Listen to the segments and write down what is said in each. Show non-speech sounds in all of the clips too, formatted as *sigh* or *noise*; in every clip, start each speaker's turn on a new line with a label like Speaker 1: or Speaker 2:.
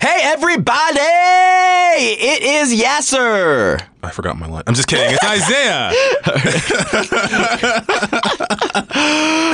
Speaker 1: Hey, everybody! It is Yasser.
Speaker 2: I forgot my line. I'm just kidding. It's Isaiah.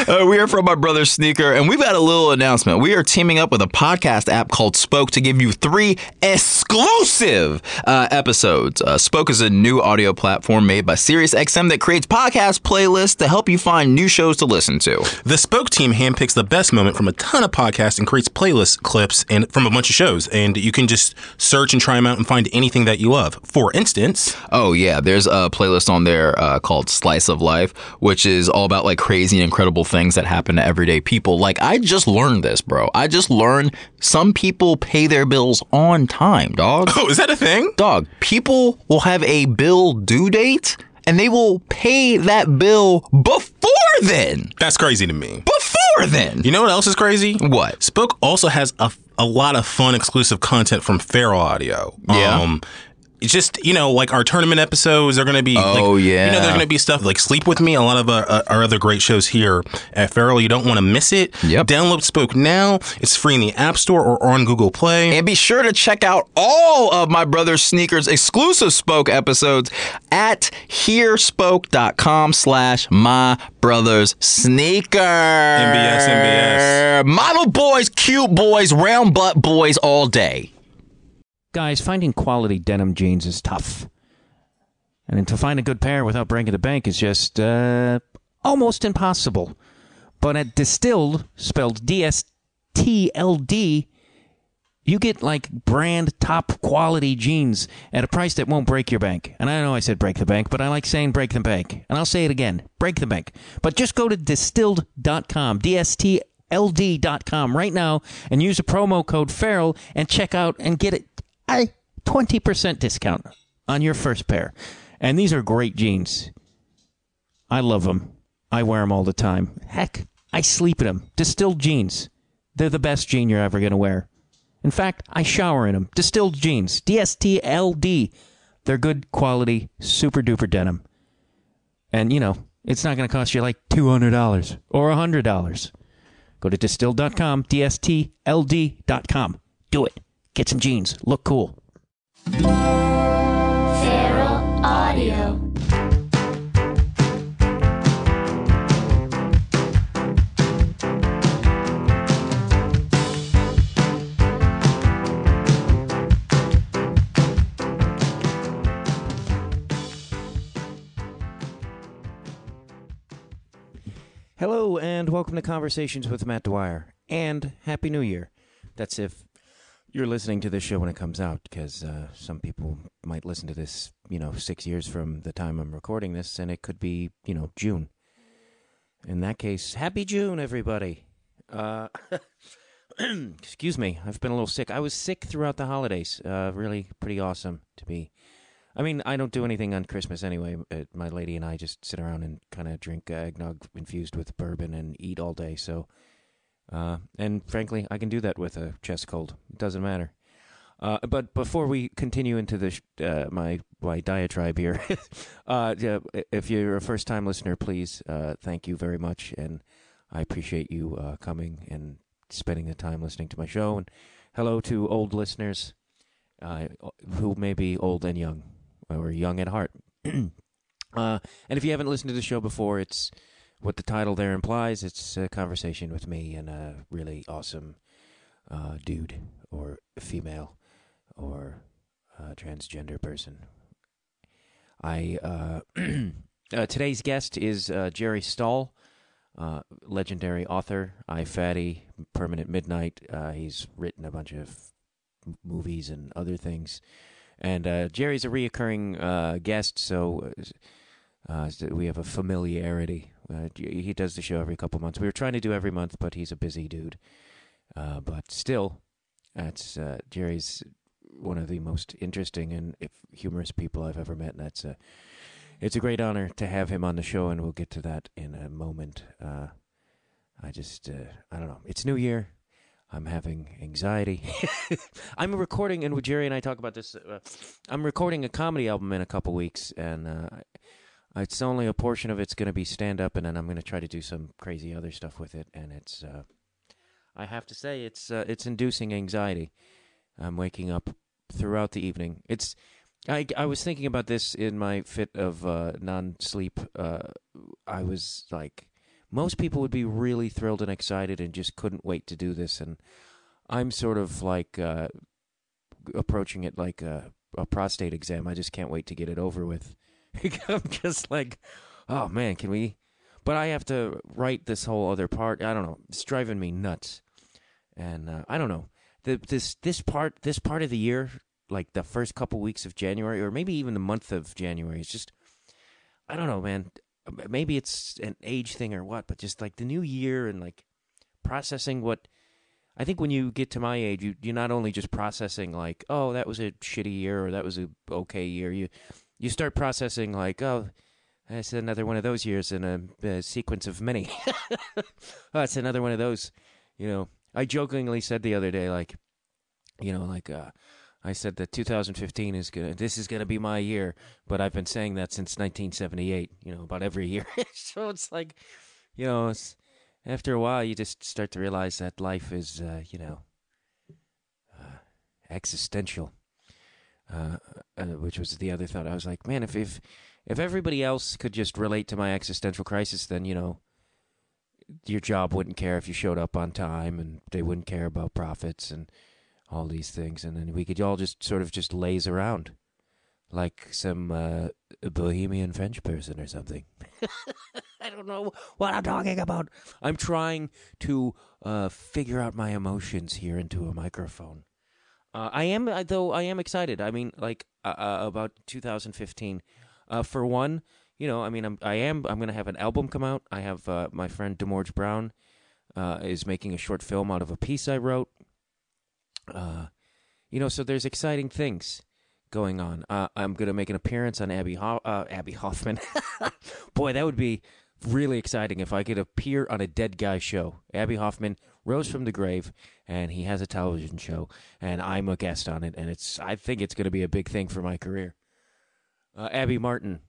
Speaker 1: Uh, we are from my brother Sneaker, and we've got a little announcement. We are teaming up with a podcast app called Spoke to give you three exclusive uh, episodes. Uh, Spoke is a new audio platform made by SiriusXM that creates podcast playlists to help you find new shows to listen to.
Speaker 2: the Spoke team handpicks the best moment from a ton of podcasts and creates playlist clips and from a bunch of shows. And you can just search and try them out and find anything that you love. For instance,
Speaker 1: Oh yeah, there's a playlist on there uh, called "Slice of Life," which is all about like crazy and incredible things that happen to everyday people. Like I just learned this, bro. I just learned some people pay their bills on time, dog. *laughs*
Speaker 2: oh, is that a thing?
Speaker 1: dog, people will have a bill due date and they will pay that bill before then.
Speaker 2: That's crazy to me.
Speaker 1: Before then.
Speaker 2: You know what else is crazy?
Speaker 1: What?
Speaker 2: Spoke also has a, a lot of fun exclusive content from Feral Audio.
Speaker 1: Yeah.
Speaker 2: Um, it's just you know, like our tournament episodes are going to be.
Speaker 1: Oh,
Speaker 2: like,
Speaker 1: yeah.
Speaker 2: You know, they're going to be stuff like Sleep with Me. A lot of our, uh, our other great shows here at Feral. You don't want to miss it.
Speaker 1: Yep.
Speaker 2: Download Spoke now. It's free in the App Store or on Google Play.
Speaker 1: And be sure to check out all of my brother Sneakers exclusive Spoke episodes at hearspoke.com slash my brothers sneaker.
Speaker 2: NBS, NBS.
Speaker 1: Model boys, cute boys, round butt boys all day.
Speaker 3: Guys, finding quality denim jeans is tough. And to find a good pair without breaking the bank is just uh, almost impossible. But at Distilled, spelled D S T L D, you get like brand top quality jeans at a price that won't break your bank. And I know I said break the bank, but I like saying break the bank. And I'll say it again break the bank. But just go to distilled.com, D S T L D.com right now and use the promo code FERRELL and check out and get it a 20% discount on your first pair. And these are great jeans. I love them. I wear them all the time. Heck, I sleep in them. Distilled jeans. They're the best jean you're ever going to wear. In fact, I shower in them. Distilled jeans. DSTLD. They're good quality, super duper denim. And, you know, it's not going to cost you like $200 or $100. Go to distilled.com, DSTLD.com. Do it. Get some jeans. Look cool.
Speaker 4: Feral Audio.
Speaker 3: Hello, and welcome to Conversations with Matt Dwyer, and Happy New Year. That's if you're listening to this show when it comes out, because uh, some people might listen to this, you know, six years from the time I'm recording this, and it could be, you know, June. In that case, Happy June, everybody. Uh, *coughs* excuse me, I've been a little sick. I was sick throughout the holidays. Uh, really pretty awesome to be. I mean, I don't do anything on Christmas anyway. Uh, My lady and I just sit around and kind of drink uh, eggnog infused with bourbon and eat all day. So, uh, and frankly, I can do that with a chest cold. It doesn't matter. Uh, but before we continue into the sh- uh, my my diatribe here, *laughs* uh, yeah, if you're a first time listener, please uh, thank you very much, and I appreciate you uh, coming and spending the time listening to my show. And hello to old listeners uh, who may be old and young, or young at heart. *clears throat* uh, and if you haven't listened to the show before, it's what the title there implies. It's a conversation with me and a really awesome uh, dude, or female, or uh, transgender person. I uh, *clears throat* uh, today's guest is uh, Jerry Stahl. Uh, legendary author, I Fatty, Permanent Midnight. Uh, he's written a bunch of m- movies and other things. And uh, Jerry's a reoccurring uh, guest, so uh, uh, so we have a familiarity. Uh, J- he does the show every couple months. We were trying to do every month, but he's a busy dude. Uh, but still, that's uh, Jerry's one of the most interesting and if- humorous people I've ever met, and that's a it's a great honor to have him on the show, and we'll get to that in a moment. Uh, I just uh, I don't know. It's New Year. I'm having anxiety. *laughs* I'm recording, and Jerry and I talk about this. Uh, I'm recording a comedy album in a couple weeks, and uh, it's only a portion of it's going to be stand up, and then I'm going to try to do some crazy other stuff with it. And it's, uh, I have to say, it's uh, it's inducing anxiety. I'm waking up throughout the evening. It's I I was thinking about this in my fit of uh, non-sleep. Uh, I was like, most people would be really thrilled and excited and just couldn't wait to do this, and I'm sort of like uh, approaching it like a, a prostate exam. I just can't wait to get it over with. *laughs* I'm just like, oh man, can we? But I have to write this whole other part. I don't know. It's driving me nuts, and uh, I don't know. The, this this part this part of the year, like the first couple weeks of January, or maybe even the month of January, is just I don't know, man. Maybe it's an age thing or what, but just like the new year and like processing what I think when you get to my age, you you're not only just processing like, oh, that was a shitty year or that was a okay year. You you start processing like, oh, that's another one of those years in a, a sequence of many. *laughs* oh, that's another one of those. You know, I jokingly said the other day, like, you know, like uh, I said that 2015 is gonna, this is gonna be my year, but I've been saying that since 1978. You know, about every year. *laughs* so it's like, you know, it's, after a while, you just start to realize that life is, uh, you know, uh, existential. Uh, uh, which was the other thought. I was like, man, if if if everybody else could just relate to my existential crisis, then you know, your job wouldn't care if you showed up on time, and they wouldn't care about profits and all these things, and then we could all just sort of just laze around like some uh, bohemian French person or something. *laughs* I don't know what I'm talking about. I'm trying to uh, figure out my emotions here into a microphone. Uh, I am uh, though. I am excited. I mean, like uh, uh, about 2015. Uh, for one, you know, I mean, I'm, I am. I'm going to have an album come out. I have uh, my friend Demorge Brown uh, is making a short film out of a piece I wrote. Uh, you know, so there's exciting things going on. Uh, I'm going to make an appearance on Abby Ho- uh, Abby Hoffman. *laughs* Boy, that would be really exciting if I could appear on a dead guy show. Abby Hoffman rose from the grave, and he has a television show, and I'm a guest on it, and it's I think it's going to be a big thing for my career. Uh, Abby Martin,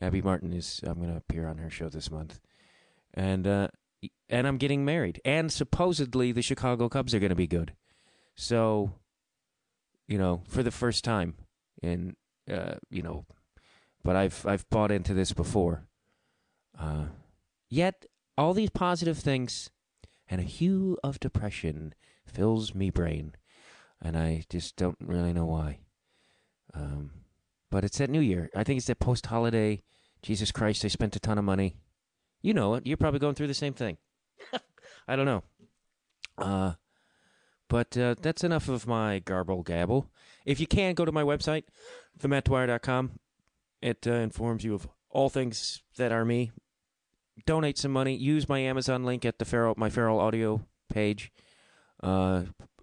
Speaker 3: Abby Martin is I'm going to appear on her show this month, and uh, and I'm getting married, and supposedly the Chicago Cubs are going to be good, so you know, for the first time. And uh, you know, but I've I've bought into this before. Uh, yet all these positive things and a hue of depression fills me brain, and I just don't really know why. Um, but it's that New Year. I think it's that post holiday. Jesus Christ, I spent a ton of money. You know it. You're probably going through the same thing. I don't know. Uh, but uh, that's enough of my garble gabble. If you can, go to my website, themattdwyer.com. It uh, informs you of all things that are me. Donate some money. Use my Amazon link at the Feral, my Feral Audio page. Uh,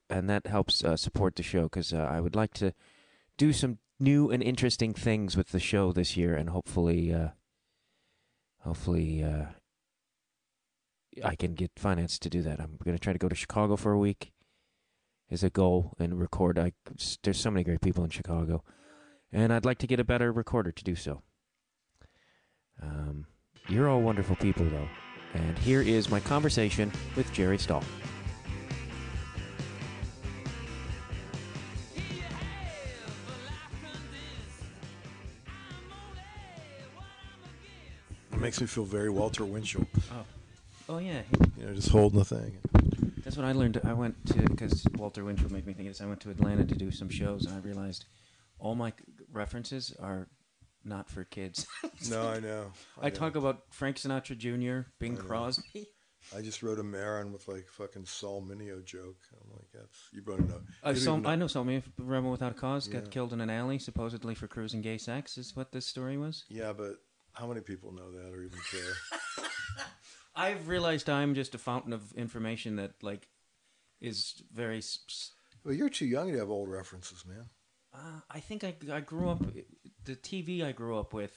Speaker 3: and that helps uh, support the show because uh, I would like to do some new and interesting things with the show this year and hopefully, uh, hopefully, uh, I can get financed to do that. I'm going to try to go to Chicago for a week is a goal and record. I there's so many great people in Chicago, and I'd like to get a better recorder to do so. Um, you're all wonderful people though, and here is my conversation with Jerry Stahl.
Speaker 5: It makes me feel very Walter Winchell,
Speaker 3: Oh yeah,
Speaker 5: you know, just holding the thing.
Speaker 3: that's what I learned. I went to because Walter Winchell made me think of this. I went to Atlanta to do some shows, and I realized all my references are not for kids. *laughs*
Speaker 5: No, I know.
Speaker 3: I talk about Frank Sinatra Jr., Bing Crosby.
Speaker 5: I just wrote a Marin with like fucking Saul Mineo joke. I'm like, that's you don't know.
Speaker 3: I,
Speaker 5: you don't
Speaker 3: saw,
Speaker 5: even know.
Speaker 3: Uh, I know someone, if Rebel Without a Cause, got killed in an alley, supposedly for cruising gay sex, is what this story was.
Speaker 5: Yeah, but how many people know that or even
Speaker 3: *laughs*
Speaker 5: care?
Speaker 3: I've realized I'm just a fountain of information that, like, is very. s- s-
Speaker 5: well, you're too young to have old references, man.
Speaker 3: Uh, I think I, I grew up. The TV I grew up with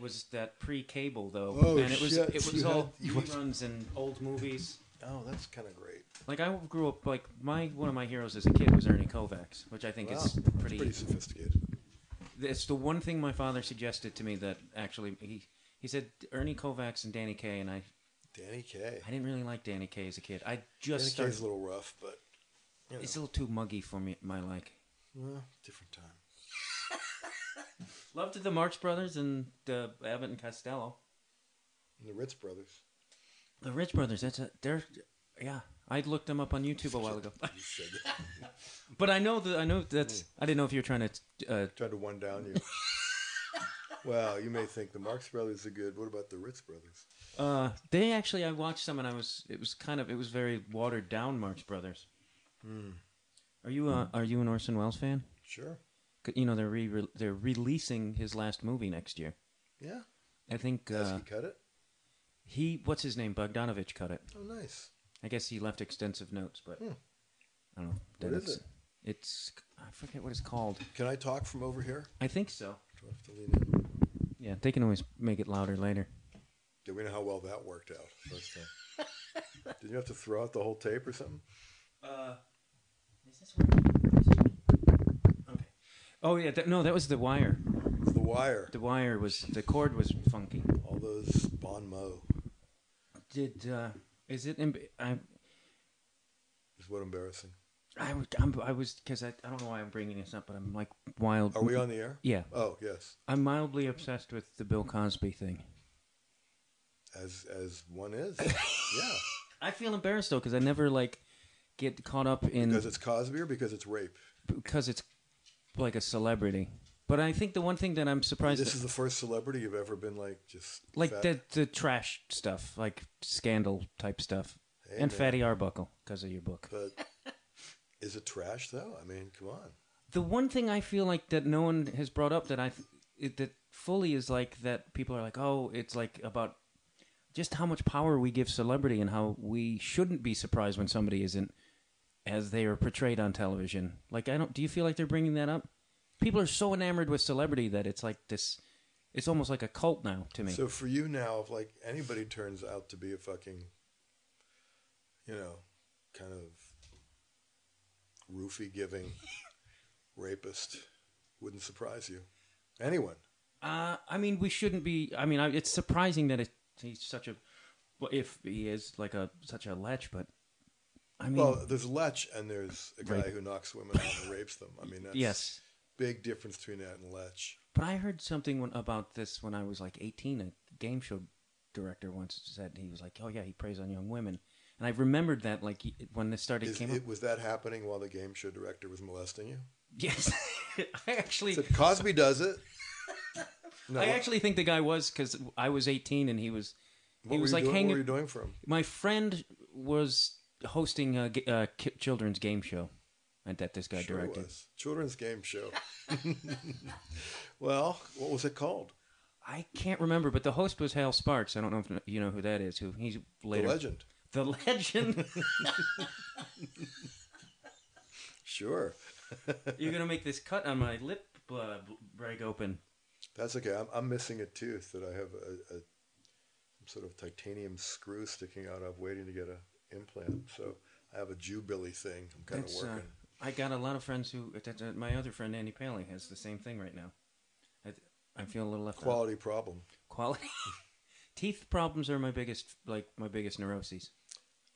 Speaker 3: was that pre cable, though.
Speaker 5: Oh,
Speaker 3: and it was,
Speaker 5: shit.
Speaker 3: It was
Speaker 5: You
Speaker 3: all
Speaker 5: had- you had-
Speaker 3: reruns and old movies.
Speaker 5: Oh, that's kind of great.
Speaker 3: Like, I grew up, like, my one of my heroes as a kid was Ernie Kovacs, which I think
Speaker 5: Wow.
Speaker 3: is
Speaker 5: It's pretty sophisticated.
Speaker 3: It's the one thing my father suggested to me that actually he he said Ernie Kovacs and Danny Kaye and I
Speaker 5: Danny Kaye.
Speaker 3: I didn't really like Danny Kaye as a kid. I
Speaker 5: Danny
Speaker 3: just
Speaker 5: Kaye's a
Speaker 3: started,
Speaker 5: little rough, but You know,
Speaker 3: It's a little too muggy for me, my like.
Speaker 5: well, different time.
Speaker 3: Love to the Marx Brothers and uh, Abbott and Costello.
Speaker 5: And the Ritz brothers.
Speaker 3: The Rich Brothers. That's a they're yeah. I looked them up on YouTube a
Speaker 5: *laughs*
Speaker 3: while ago, *laughs*
Speaker 5: You said that.
Speaker 3: but I know that I know that's.
Speaker 5: Hmm.
Speaker 3: I didn't know if you were trying to. Uh,
Speaker 5: Tried to one *laughs* down you. well, you may think the Marx brothers are good. What about the Ritz brothers?
Speaker 3: uh, they actually, I watched some, and I was. It was kind of. It was very watered down. Marx Brothers.
Speaker 5: Hmm.
Speaker 3: Are you uh, are you an Orson Welles fan?
Speaker 5: Sure.
Speaker 3: 'Cause, You know they're re- they're releasing his last movie next year.
Speaker 5: Yeah.
Speaker 3: I think
Speaker 5: Does
Speaker 3: uh,
Speaker 5: he cut it?
Speaker 3: he what's his name Bogdanovich cut it.
Speaker 5: Oh, nice.
Speaker 3: I guess he left extensive notes, but
Speaker 5: Hmm.
Speaker 3: I don't know.
Speaker 5: What is
Speaker 3: It's- It's I forget what it's called.
Speaker 5: Can I talk from over here?
Speaker 3: I think so.
Speaker 5: Do I have to lean in?
Speaker 3: Yeah, they can always make it louder later.
Speaker 5: Do we know how well that worked out? First time. *laughs* Did you have to throw out the whole tape or something?
Speaker 3: Uh, is this where? Okay. Oh yeah, that, no, that was the wire.
Speaker 5: It's the wire.
Speaker 3: The wire was the cord was funky.
Speaker 5: All those Bon Mo
Speaker 3: Did uh, is it? Im- I
Speaker 5: is what embarrassing.
Speaker 3: I would- I'm, I was because I, I don't know why I'm bringing this up, but I'm like wild.
Speaker 5: Are we on the air?
Speaker 3: Yeah,
Speaker 5: Oh yes,
Speaker 3: I'm mildly obsessed with the Bill Cosby thing.
Speaker 5: as as one
Speaker 3: *laughs*
Speaker 5: is. Yeah,
Speaker 3: I feel embarrassed though because I never like get caught up in
Speaker 5: because it's Cosby or because it's rape.
Speaker 3: because it's like a celebrity. But I think the one thing that I'm surprised
Speaker 5: This
Speaker 3: that-
Speaker 5: is the first celebrity you've ever been like just
Speaker 3: like
Speaker 5: fat-
Speaker 3: the the trash stuff, like scandal type stuff,
Speaker 5: Hey,
Speaker 3: and
Speaker 5: man.
Speaker 3: Fatty Arbuckle because of your book.
Speaker 5: But is it trash though? I mean, come on.
Speaker 3: The one thing I feel like that no one has brought up that I th- it, that fully is like that people are like, oh, it's like about just how much power we give celebrity and how we shouldn't be surprised when somebody isn't as they are portrayed on television. Like I don't. Do you feel like they're bringing that up? People are so enamored with celebrity that it's like this. It's almost like a cult now to me.
Speaker 5: So for you now, if like anybody turns out to be a fucking, you know, kind of
Speaker 3: *laughs*
Speaker 5: roofie giving rapist, wouldn't surprise you. Anyone?
Speaker 3: Uh, I mean, we shouldn't be. I mean, I, it's surprising that it, he's such a. Well, if he is like a such a lech, but I mean,
Speaker 5: Well, there's lech and there's a guy
Speaker 3: Rape.
Speaker 5: who knocks women out and rapes them. I mean, that's
Speaker 3: yes.
Speaker 5: big difference between that and lech.
Speaker 3: But I heard something when, about this when I was like eighteen. A game show director once said he was like, "Oh yeah, he preys on young women," and I remembered that like he- when this started
Speaker 5: Is,
Speaker 3: came
Speaker 5: it,
Speaker 3: up.
Speaker 5: was that happening while the game show director was molesting you?
Speaker 3: *laughs* Yes, *laughs* I actually.
Speaker 5: So Cosby
Speaker 3: *laughs*
Speaker 5: does it. No,
Speaker 3: I
Speaker 5: what-
Speaker 3: actually think the guy was because I was 18 and he was
Speaker 5: what
Speaker 3: he
Speaker 5: were
Speaker 3: was
Speaker 5: you
Speaker 3: like
Speaker 5: doing? What were
Speaker 3: hanging
Speaker 5: you doing for him?
Speaker 3: my friend was hosting a, ga- a ki- children's game show and that this guy
Speaker 5: Sure
Speaker 3: directed
Speaker 5: was. Children's game show. *laughs* well, what was it called?
Speaker 3: i can't remember but the host was hal sparks i don't know if you know who that is who he's later
Speaker 5: The Legend.
Speaker 3: the
Speaker 5: *laughs*
Speaker 3: legend
Speaker 5: Sure.
Speaker 3: you're gonna make this cut on my lip uh, b- break open
Speaker 5: That's okay. I'm, I'm missing a tooth that I have a, a some sort of titanium screw sticking out of, waiting to get a implant. So I have a Jubilee thing. I'm kind
Speaker 3: That's,
Speaker 5: of
Speaker 3: uh,
Speaker 5: working.
Speaker 3: i got a lot of friends who uh, that, that, my other friend andy Paley has the same thing right now i, I feel a little left out.
Speaker 5: Quality problem.
Speaker 3: quality *laughs* teeth problems are my biggest like my biggest neuroses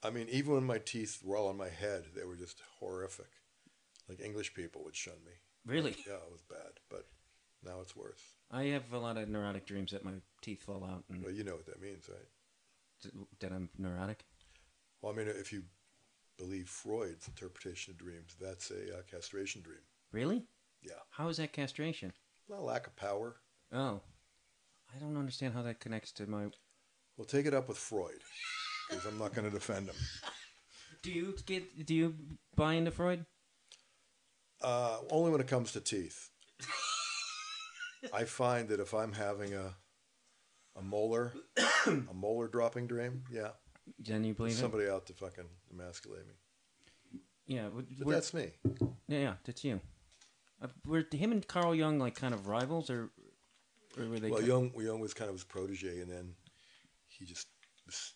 Speaker 5: I mean, even when my teeth were all on my head, they were just horrific. Like English people would shun me.
Speaker 3: really
Speaker 5: Yeah, it was bad, but now it's worse.
Speaker 3: I have a lot of neurotic dreams that my teeth fall out and
Speaker 5: Well, you know what that means, right?
Speaker 3: that I'm neurotic.
Speaker 5: Well, I mean, if you believe Freud's interpretation of dreams, that's a uh, castration dream.
Speaker 3: Really?
Speaker 5: Yeah.
Speaker 3: How is that castration?
Speaker 5: Not lack of power.
Speaker 3: Oh, I don't understand how that connects to my.
Speaker 5: Well, take it up with Freud, because I'm not going to defend him.
Speaker 3: Do you get? Do you buy into Freud?
Speaker 5: Uh, only when it comes to teeth. I find that if I'm having a a molar, *coughs* a molar dropping dream, yeah,
Speaker 3: Then you believe
Speaker 5: somebody out to fucking emasculate me.
Speaker 3: it? Yeah. we-
Speaker 5: But
Speaker 3: we're-
Speaker 5: that's me.
Speaker 3: yeah, yeah, that's you. Uh, were him and Carl Jung like kind of rivals, or, or were they?
Speaker 5: Well,
Speaker 3: ki-
Speaker 5: Jung, Jung was kind of his protege, and then he just was,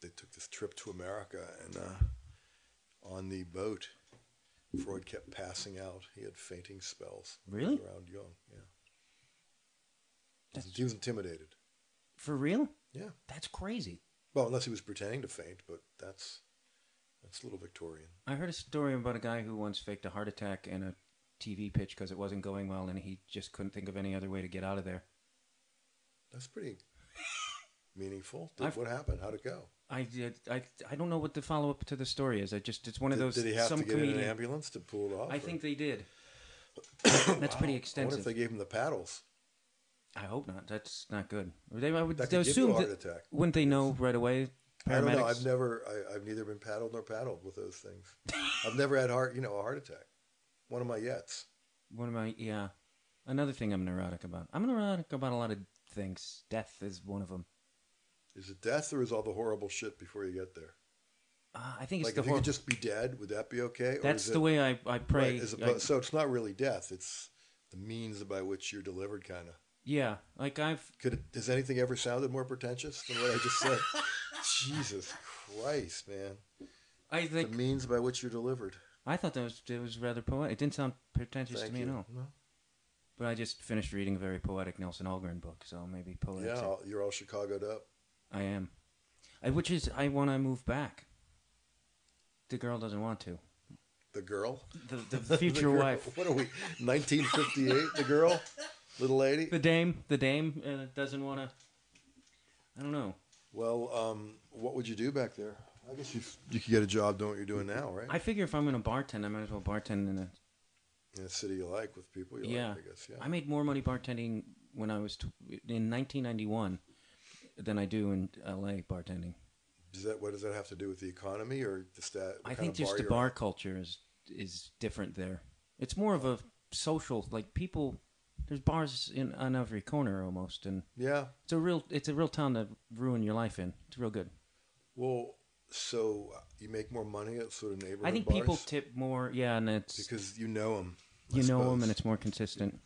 Speaker 5: they took this trip to America, and uh, on the boat, Freud kept passing out. He had fainting spells.
Speaker 3: Really?
Speaker 5: Around Jung, yeah.
Speaker 3: That's-
Speaker 5: He was intimidated.
Speaker 3: for real?
Speaker 5: Yeah.
Speaker 3: That's crazy.
Speaker 5: Well, unless he was pretending to faint, but that's That's a little Victorian.
Speaker 3: I heard a story about a guy who once faked a heart attack in a TV pitch because it wasn't going well, and he just couldn't think of any other way to get out of there.
Speaker 5: That's pretty meaningful.
Speaker 3: I've-
Speaker 5: what happened? How'd it go?
Speaker 3: I did. I I don't know what the follow up to the story is. I just it's one of
Speaker 5: Did,
Speaker 3: those.
Speaker 5: did he have
Speaker 3: some
Speaker 5: to get
Speaker 3: comedian,
Speaker 5: in an ambulance to pull it off?
Speaker 3: I
Speaker 5: or-
Speaker 3: think they did. That's pretty
Speaker 5: I wonder if
Speaker 3: extensive.
Speaker 5: they gave him the paddles.
Speaker 3: I hope not. That's not good. They, I would
Speaker 5: That
Speaker 3: they
Speaker 5: could give you a
Speaker 3: assume
Speaker 5: heart
Speaker 3: that,
Speaker 5: attack.
Speaker 3: wouldn't they know right away? Paramedics.
Speaker 5: I don't know. I've never. I, I've neither been paddled nor paddled with those things. I've never had heart. You know, a heart attack. One of my yets.
Speaker 3: What am I? Yeah. Another thing I'm neurotic about. I'm neurotic about a lot of things. Death is one of them.
Speaker 5: Is it death or is all the horrible shit before you get there?
Speaker 3: Uh, I think it's
Speaker 5: Like
Speaker 3: the
Speaker 5: if you
Speaker 3: whole.
Speaker 5: could just be dead, would that be okay? Or
Speaker 3: That's
Speaker 5: is it,
Speaker 3: the way I I pray.
Speaker 5: Right, as
Speaker 3: I-
Speaker 5: opposed, so it's not really death. It's the means by which you're delivered, kind of.
Speaker 3: yeah, like I've
Speaker 5: Could it, has anything ever sounded more pretentious than what I just
Speaker 3: *laughs*
Speaker 5: said? Jesus Christ, man!
Speaker 3: I
Speaker 5: The
Speaker 3: think
Speaker 5: means by which you're delivered.
Speaker 3: I thought that was it was rather poetic. It didn't sound pretentious
Speaker 5: Thank
Speaker 3: to me
Speaker 5: you.
Speaker 3: at all.
Speaker 5: No?
Speaker 3: But I just finished reading a very poetic Nelson Algren book, so maybe poetic.
Speaker 5: Yeah, all- you're all Chicagoed up.
Speaker 3: I am. I, which is I want to move back. The girl doesn't want to.
Speaker 5: The girl,
Speaker 3: The, the
Speaker 5: The *laughs*
Speaker 3: future
Speaker 5: girl.
Speaker 3: wife.
Speaker 5: What are we? 1958. the girl, little lady.
Speaker 3: The dame, the dame uh, doesn't want to. I don't know.
Speaker 5: Well, um, what would you do back there? I guess you you could get a job doing what you're doing now, right?
Speaker 3: I figure if I'm going to bartend, I might as well bartend in a.
Speaker 5: In a city you like with people you
Speaker 3: yeah.
Speaker 5: like, I guess. Yeah.
Speaker 3: I made more money bartending when I was t- in 1991 than I do in LA bartending.
Speaker 5: Does that what does that have to do with the economy or the stat?
Speaker 3: I think just the bar culture is is different there. It's more of a social like people. There's bars in on every corner almost, and
Speaker 5: Yeah.
Speaker 3: it's a real it's a real town to ruin your life in. It's real good.
Speaker 5: Well, so uh, you make more money at sort of neighborhood
Speaker 3: I think
Speaker 5: bars
Speaker 3: people tip more. Yeah, and it's
Speaker 5: because you know them.
Speaker 3: you know them, and it's more consistent.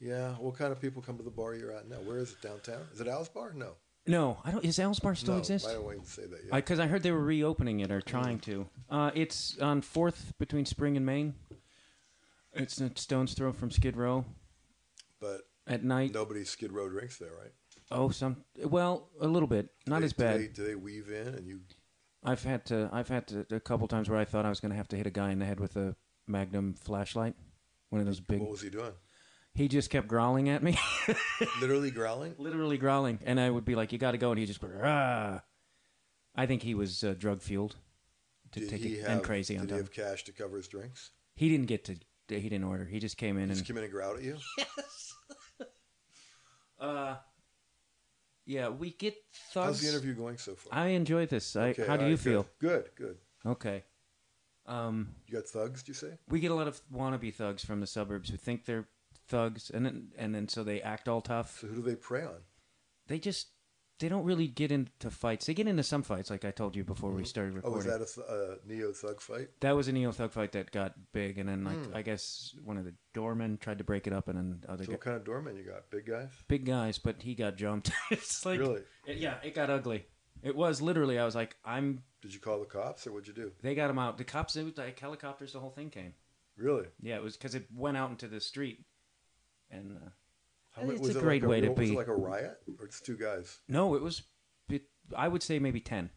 Speaker 5: yeah. What kind of people come to the bar you're at now? Where is it downtown? Is it Al's Bar? No,
Speaker 3: No, I don't. Is Al's Bar still
Speaker 5: no,
Speaker 3: exist?
Speaker 5: I don't even say that yet.
Speaker 3: Because I, heard they were reopening it or trying to. Uh, it's on Fourth between Spring and Main. It's a stone's throw from Skid Row.
Speaker 5: but
Speaker 3: At night,
Speaker 5: nobody Skid Row drinks there, right?
Speaker 3: oh, some well, a little bit, not
Speaker 5: They-
Speaker 3: as bad.
Speaker 5: Do they, do they weave in and you?
Speaker 3: I've had to. I've had to a couple times where I thought I was going to have to hit a guy in the head with a Magnum flashlight, one of those big.
Speaker 5: What was he doing?
Speaker 3: He just kept growling at me,
Speaker 5: Literally growling.
Speaker 3: literally growling, and I would be like, "You got to go," and he just go, "Ah." I think he was uh, drug fueled, to
Speaker 5: Did
Speaker 3: take
Speaker 5: he
Speaker 3: it
Speaker 5: have-
Speaker 3: and crazy on
Speaker 5: Did he
Speaker 3: top.
Speaker 5: have cash to cover his drinks?
Speaker 3: He didn't get to. He didn't order. He just came in
Speaker 5: Just
Speaker 3: and.
Speaker 5: came in and growled at you.
Speaker 3: Uh, yeah, we get
Speaker 5: How's
Speaker 3: thugs.
Speaker 5: the interview going so far?
Speaker 3: I enjoyed this. I,
Speaker 5: Okay,
Speaker 3: how
Speaker 5: all
Speaker 3: do you
Speaker 5: right,
Speaker 3: feel?
Speaker 5: Good, good. good.
Speaker 3: Okay. Um,
Speaker 5: You got thugs? Do you say?
Speaker 3: we get a lot of wannabe thugs from the suburbs who think they're thugs, and then and then so they act all tough.
Speaker 5: So who do they prey on?
Speaker 3: They just they don't really get into fights. They get into some fights, like I told you before we started
Speaker 5: Oh, was
Speaker 3: recording.
Speaker 5: that a th- uh, neo thug fight?
Speaker 3: That was a neo thug fight that got big, and then like
Speaker 5: Hmm.
Speaker 3: I guess one of the doormen tried to break it up, and then other
Speaker 5: So
Speaker 3: guy,
Speaker 5: what kind of doorman you got? Big guys?
Speaker 3: big guys, but he got jumped. *laughs* it's like
Speaker 5: Really?
Speaker 3: it- yeah, it got ugly. It was literally. I was like, I'm
Speaker 5: Did you call the cops or what'd you do?
Speaker 3: They got him out. The cops, it was like helicopters, the whole thing came.
Speaker 5: Really?
Speaker 3: Yeah, it was because it went out into the street. And uh,
Speaker 5: How
Speaker 3: It's
Speaker 5: many-
Speaker 3: a
Speaker 5: was it
Speaker 3: great
Speaker 5: like
Speaker 3: way to
Speaker 5: real- Was
Speaker 3: be.
Speaker 5: it like a riot or it's two guys?
Speaker 3: no, it was, it, I would say maybe 10.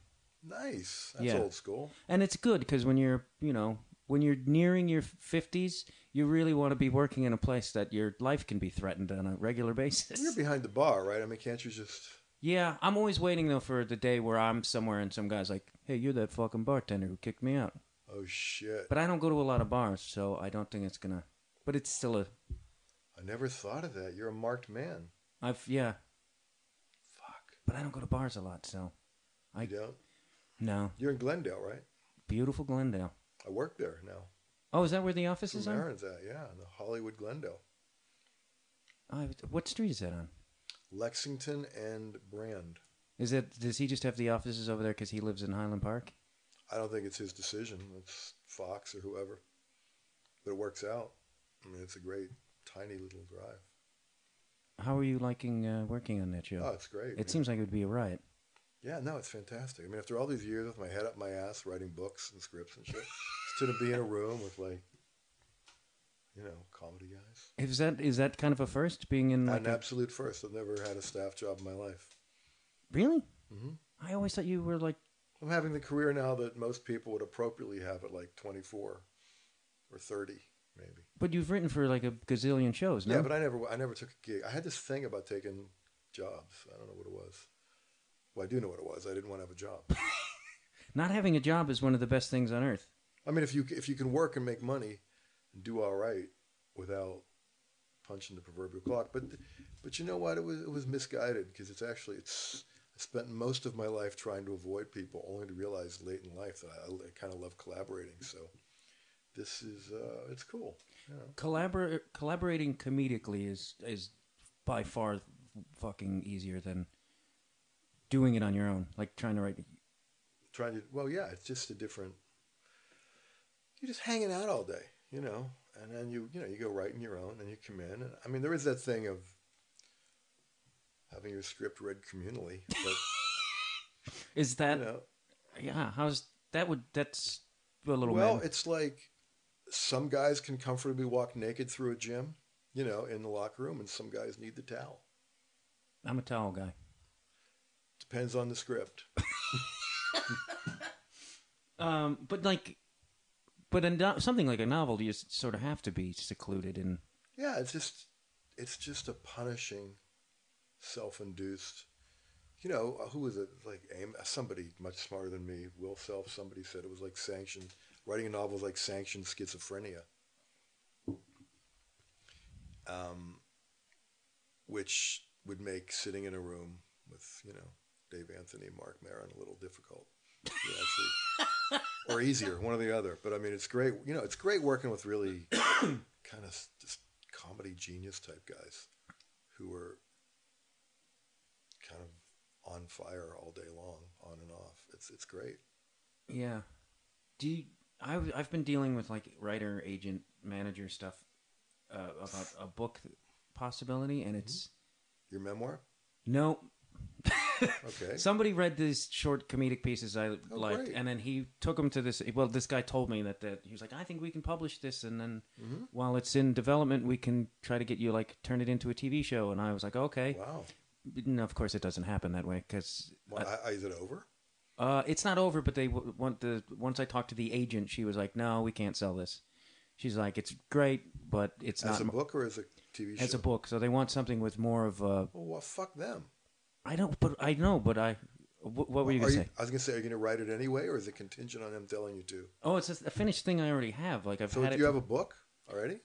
Speaker 5: Nice. That's
Speaker 3: Yeah.
Speaker 5: old school.
Speaker 3: And it's good because when you're, you know, when you're nearing your 50s, you really want to be working in a place that your life can be threatened on a regular
Speaker 5: You're
Speaker 3: basis.
Speaker 5: behind the bar, right? I mean, can't you just?
Speaker 3: Yeah, I'm always waiting, though, for the day where I'm somewhere and some guy's like, hey, you're that fucking bartender who kicked me out.
Speaker 5: Oh shit!
Speaker 3: But I don't go to a lot of bars, so I don't think it's going to, but it's still a,
Speaker 5: I never thought of that. You're a marked man.
Speaker 3: I've, yeah,
Speaker 5: Fuck.
Speaker 3: but I don't go to bars a lot, so I-
Speaker 5: You don't.
Speaker 3: no.
Speaker 5: You're in Glendale, right?
Speaker 3: Beautiful Glendale.
Speaker 5: I work there now.
Speaker 3: Oh, is that where the offices
Speaker 5: That's
Speaker 3: are?
Speaker 5: where Marin's at. Yeah, in the Hollywood Glendale,
Speaker 3: Oh, what street is that on?
Speaker 5: Lexington and Brand.
Speaker 3: Is that does he just have the offices over there because he lives in Highland Park?
Speaker 5: I don't think it's his decision. It's Fox or whoever. But it works out. I mean, it's a great tiny little drive.
Speaker 3: How are you liking uh, working on that show?
Speaker 5: Oh, it's great. man.
Speaker 3: it seems like it would be a riot.
Speaker 5: Yeah, no, it's fantastic. I mean, after all these years with my head up my ass writing books and scripts and shit, *laughs* it's to be in a room with like, you know, comedy guys.
Speaker 3: Is that is that kind of a first being in like
Speaker 5: An
Speaker 3: a-
Speaker 5: absolute first. I've never had a staff job in my life.
Speaker 3: really?
Speaker 5: Mhm.
Speaker 3: I always thought you were like
Speaker 5: I'm having the career now that most people would appropriately have at like 24 or 30, maybe.
Speaker 3: But you've written for like a gazillion shows, no?
Speaker 5: Yeah, but I never, I never took a gig. I had this thing about taking jobs. I don't know what it was. Well, I do know what it was. I didn't want to have a job.
Speaker 3: Not having a job is one of the best things on earth.
Speaker 5: I mean, if you if you can work and make money and do all right without punching the proverbial clock, but but you know what? It was it was misguided because it's actually it's I spent most of my life trying to avoid people, only to realize late in life that I, I kind of love collaborating. So this is uh, it's cool.
Speaker 3: Collabor- collaborating comedically is is by far fucking easier than doing it on your own, like trying to write.
Speaker 5: Trying to well, yeah, it's just a different. You're just hanging out all day, you know, and then you you know you go writing your own, and you come in, and I mean there is that thing of having your script read communally, but
Speaker 3: Is that
Speaker 5: you know.
Speaker 3: yeah? How's that? Would that's a little
Speaker 5: well,
Speaker 3: mad.
Speaker 5: it's like some guys can comfortably walk naked through a gym, you know, in the locker room, and some guys need the towel.
Speaker 3: I'm a towel guy.
Speaker 5: Depends on the script.
Speaker 3: Um, but like, but a no- something like a novel, you s- sort of have to be secluded and
Speaker 5: Yeah, it's just it's just a punishing, self-induced. You know, uh, who was it? Like aim somebody much smarter than me, Will Self. Somebody said it was like sanctioned. Writing a novel is like sanctioned schizophrenia. Um, which would make sitting in a room with you know Dave Anthony, Mark Maron a little difficult. You actually, or easier, one or the other. But I mean, it's great. You know, it's great working with really kind of just comedy genius type guys who were kind of on fire all day long, on and off. It's it's great.
Speaker 3: Yeah. Do you, I've I've been dealing with like writer, agent, manager stuff uh, about a book possibility, and
Speaker 5: Mm-hmm.
Speaker 3: it's
Speaker 5: Your memoir,
Speaker 3: no.
Speaker 5: okay?
Speaker 3: Somebody read these short comedic pieces I liked,
Speaker 5: Oh, great.
Speaker 3: and then he took them to this. Well, this guy told me that that he was like, I think we can publish this, and then
Speaker 5: Mm-hmm.
Speaker 3: while it's in development, we can try to get you like turn it into a TV show. And I was like, okay.
Speaker 5: wow.
Speaker 3: No, of course it doesn't happen that way because
Speaker 5: Well, I, I, is it over?
Speaker 3: uh, it's not over, but they w- want the. Once I talked to the agent, she was like, "No, we can't sell this." She's like, "It's great, but it's
Speaker 5: As
Speaker 3: not
Speaker 5: a
Speaker 3: mo-
Speaker 5: book or as a TV show? Oh,
Speaker 3: as a book." So they want something with more of a.
Speaker 5: Well, well, fuck them.
Speaker 3: I don't, but I know, but I. What, what were you
Speaker 5: Are
Speaker 3: gonna
Speaker 5: you,
Speaker 3: say?
Speaker 5: I was gonna say, are you gonna write it anyway, or is it contingent on them telling you to?
Speaker 3: Oh, it's a, a finished thing I already have. Like I've
Speaker 5: So
Speaker 3: had
Speaker 5: do
Speaker 3: it.
Speaker 5: you have a book already?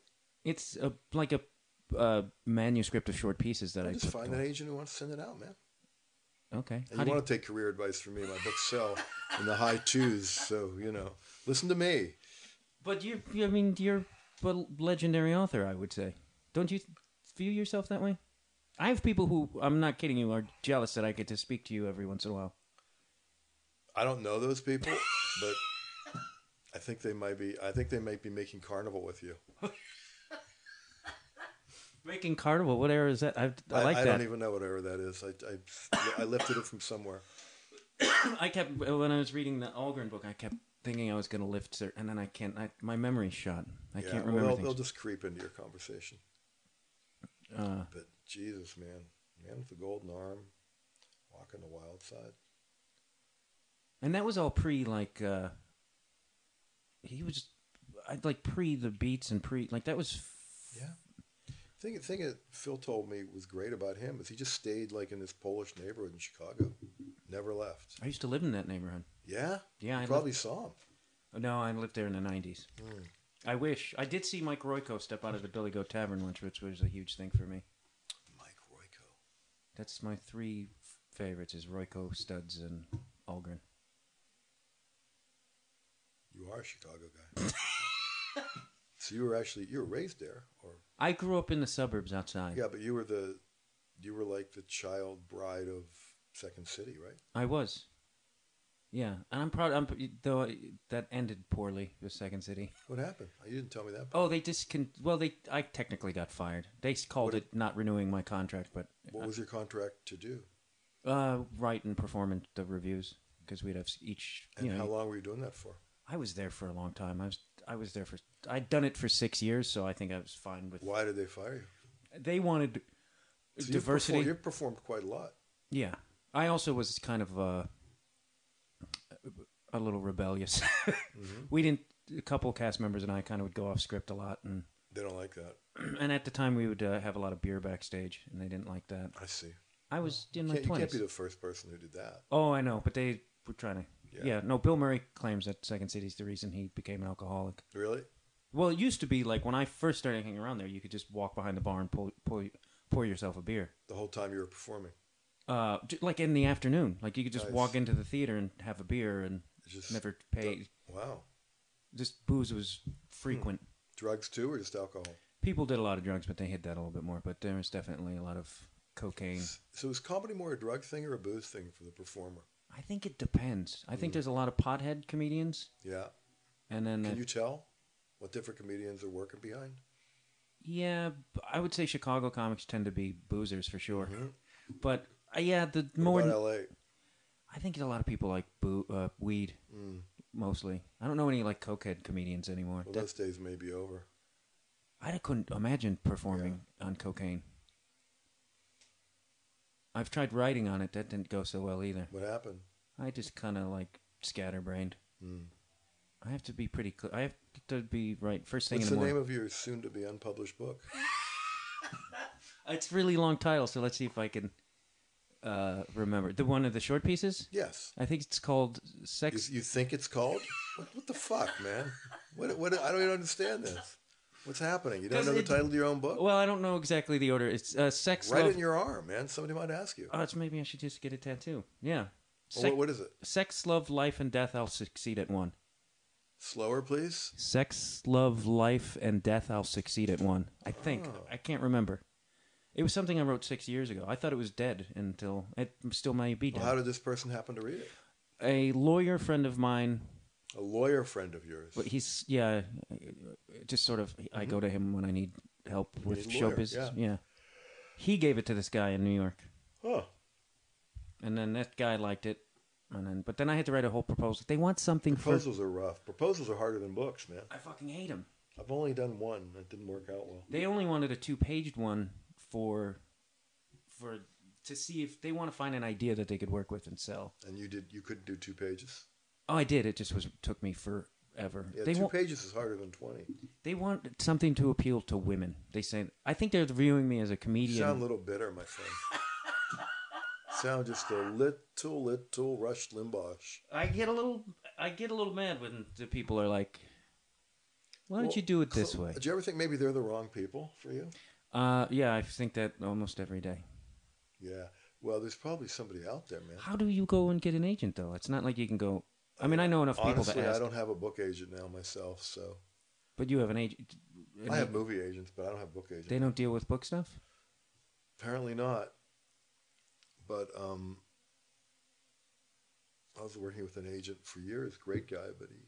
Speaker 3: It's a like a uh, manuscript of short pieces that I
Speaker 5: Just
Speaker 3: put
Speaker 5: find
Speaker 3: down.
Speaker 5: an agent who wants to send it out, man.
Speaker 3: Okay. How
Speaker 5: And you
Speaker 3: do you-
Speaker 5: want to take career advice from me? My books sell in the high twos, so you know. Listen to me.
Speaker 3: but you, I mean, you're a legendary author. I would say, don't you view yourself that way? I have people who I'm not kidding you are jealous that I get to speak to you every once in a while.
Speaker 5: I don't know those people, but I think they might be. I think they might be making carnival with you.
Speaker 3: Making carnival, whatever is that? I, I like that.
Speaker 5: don't even know whatever that is. I, I, I lifted it from somewhere.
Speaker 3: I kept when I was reading the Algren book, I kept thinking I was going to lift, cer- and then I can't. I, my memory's shot. I
Speaker 5: Yeah,
Speaker 3: can't
Speaker 5: well,
Speaker 3: remember
Speaker 5: they'll,
Speaker 3: things.
Speaker 5: they'll just creep into your conversation.
Speaker 3: Uh,
Speaker 5: But Jesus, man, man with the golden arm, walking the wild side.
Speaker 3: and that was all pre like. uh He was, I like pre the beats and pre like that was. f-
Speaker 5: Yeah. Thing, thing that Phil told me was great about him is he just stayed like in this Polish neighborhood in Chicago, never left.
Speaker 3: I used to live in that neighborhood. Yeah,
Speaker 5: Yeah, You
Speaker 3: I lived-
Speaker 5: probably saw him.
Speaker 3: No, I lived there in the nineties. I wish I did see Mike Royko step out of the Billy Goat Tavern once, which was a huge thing for me.
Speaker 5: Mike Royko.
Speaker 3: That's my three f- favorites: is Royko, Studs, and Algren.
Speaker 5: You are a Chicago guy. *laughs* so you were actually you were raised there, or
Speaker 3: I grew up in the suburbs outside.
Speaker 5: yeah, but you were the you were like the child bride of Second City, right?
Speaker 3: I was. Yeah, and I'm proud. I'm though I- that ended poorly with Second City.
Speaker 5: What happened? You didn't tell me that.
Speaker 3: Oh, they discon. Well, they I technically got fired. They s- called
Speaker 5: What
Speaker 3: it not renewing my contract, but
Speaker 5: What was your contract to do,
Speaker 3: uh, write and perform in the reviews because we'd have s- each.
Speaker 5: and
Speaker 3: You know,
Speaker 5: how long were you doing that for?
Speaker 3: I was there for a long time. I was I was there for I'd done it for six years, so I think I was fine with.
Speaker 5: Why did they fire
Speaker 3: They wanted
Speaker 5: you? So
Speaker 3: diversity.
Speaker 5: You've performed, you've performed quite a lot.
Speaker 3: Yeah, I also was kind of uh, a little rebellious. *laughs*
Speaker 5: Mm-hmm.
Speaker 3: We didn't. A couple cast members and I kind of would go off script a lot, and *clears throat*
Speaker 5: They don't like that.
Speaker 3: and at the time we would uh, have a lot of beer backstage, and they didn't like that.
Speaker 5: I see.
Speaker 3: I was in my
Speaker 5: Can't, you can't be
Speaker 3: twenties.
Speaker 5: the first person who did that.
Speaker 3: Oh, I know, but they were trying to.
Speaker 5: Yeah.
Speaker 3: Yeah. no. Bill Murray claims that Second City is the reason he became an alcoholic.
Speaker 5: Really?
Speaker 3: Well, it used to be like when I first started hanging around there, you could just walk behind the bar and pull, pull, pour yourself a beer.
Speaker 5: The whole time you were performing.
Speaker 3: Uh, j- like in the afternoon, like you could just
Speaker 5: Nice.
Speaker 3: walk into the theater and have a beer and
Speaker 5: Just
Speaker 3: never pay.
Speaker 5: Wow.
Speaker 3: Just booze was frequent.
Speaker 5: Hmm. Drugs too, or just alcohol?
Speaker 3: People did a lot of drugs, but they hid that a little bit more. But there was definitely a lot of cocaine.
Speaker 5: So is comedy more a drug thing or a booze thing for the performer?
Speaker 3: I think it depends. I think there's a lot of pothead comedians,
Speaker 5: Yeah.
Speaker 3: and then
Speaker 5: Hmm. Can
Speaker 3: the-
Speaker 5: you tell what different comedians are working behind?
Speaker 3: Yeah, b- I would say Chicago comics tend to be boozers for sure. But uh, yeah, the
Speaker 5: Mm-hmm. What
Speaker 3: more
Speaker 5: about LA?
Speaker 3: I think a lot of people like boo, uh, weed mostly. I don't know any like cokehead comedians anymore.
Speaker 5: Mm. Well,
Speaker 3: That-
Speaker 5: those days may be over.
Speaker 3: I couldn't imagine performing on cocaine. I've tried writing on it. That didn't go so well either.
Speaker 5: What happened?
Speaker 3: I just kind of like scatterbrained.
Speaker 5: Mm.
Speaker 3: I have to be pretty. Cl- I have to be right first thing
Speaker 5: What's
Speaker 3: in
Speaker 5: the
Speaker 3: the morning.
Speaker 5: name of your soon-to-be
Speaker 3: *laughs*
Speaker 5: unpublished book?
Speaker 3: it's a really long title, so let's see if I can uh, remember the one of the short pieces.
Speaker 5: Yes.
Speaker 3: I think it's called
Speaker 5: You,
Speaker 3: Sex.
Speaker 5: you think it's called? What, what the fuck, man? What, what? I don't even understand this. What's happening? You don't
Speaker 3: Does
Speaker 5: know the
Speaker 3: it-
Speaker 5: title of your own book?
Speaker 3: Well, I don't know exactly the order. It's uh, Sex
Speaker 5: Right
Speaker 3: Love.
Speaker 5: in your arm, man. Somebody might ask you.
Speaker 3: oh, it's maybe I should just get a tattoo. Yeah.
Speaker 5: Well,
Speaker 3: Sex,
Speaker 5: what, what is it?
Speaker 3: sex, love, life, and death. I'll succeed at one.
Speaker 5: Slower, please.
Speaker 3: Sex, love, life, and death. I'll succeed at one. I think. I can't remember. It was something I wrote six years ago. I thought it was dead until it still may be dead.
Speaker 5: Well, how did this person happen to read it?
Speaker 3: a lawyer friend of mine
Speaker 5: A lawyer friend of yours.
Speaker 3: But he's yeah, just sort of. I go to him when I need help with
Speaker 5: Mm-hmm. need a
Speaker 3: show
Speaker 5: lawyer,
Speaker 3: business.
Speaker 5: yeah.
Speaker 3: Yeah. he gave it to this guy in New York,
Speaker 5: Huh.
Speaker 3: *laughs* and then that guy liked it, and then but then I had to write a whole proposal. They want something for.
Speaker 5: Proposals are rough. Proposals are harder than books, man.
Speaker 3: I fucking hate them.
Speaker 5: I've only done one. That didn't work out well.
Speaker 3: They only wanted a two-paged one for, for to see if they want to find an idea that they could work with and sell.
Speaker 5: And you did. You couldn't do two pages.
Speaker 3: Oh, I did. It just was took me forever.
Speaker 5: Yeah,
Speaker 3: they
Speaker 5: two
Speaker 3: want
Speaker 5: pages is harder than twenty.
Speaker 3: they want something to appeal to women. They say I think they're viewing me as a
Speaker 5: You
Speaker 3: comedian.
Speaker 5: sound a little bitter, my friend. sound just a little, little Rush Limbaugh.
Speaker 3: I get a little I get a little mad when the people are like, "Why don't
Speaker 5: Well,
Speaker 3: you do it this
Speaker 5: so-
Speaker 3: way?"
Speaker 5: Do you ever think maybe they're the wrong people for you?
Speaker 3: Uh, yeah, I think that almost every day.
Speaker 5: Yeah. Well, there's probably somebody out there, man.
Speaker 3: How do you go and get an agent though? It's not like you can go. I mean, I know enough people
Speaker 5: Honestly,
Speaker 3: to
Speaker 5: I
Speaker 3: ask,
Speaker 5: don't have a book agent now myself, so
Speaker 3: but you have an agent.
Speaker 5: I have movie agents, but I don't have book agents.
Speaker 3: They don't deal with book stuff.
Speaker 5: Apparently not. But um, I was working with an agent for years, great guy, but he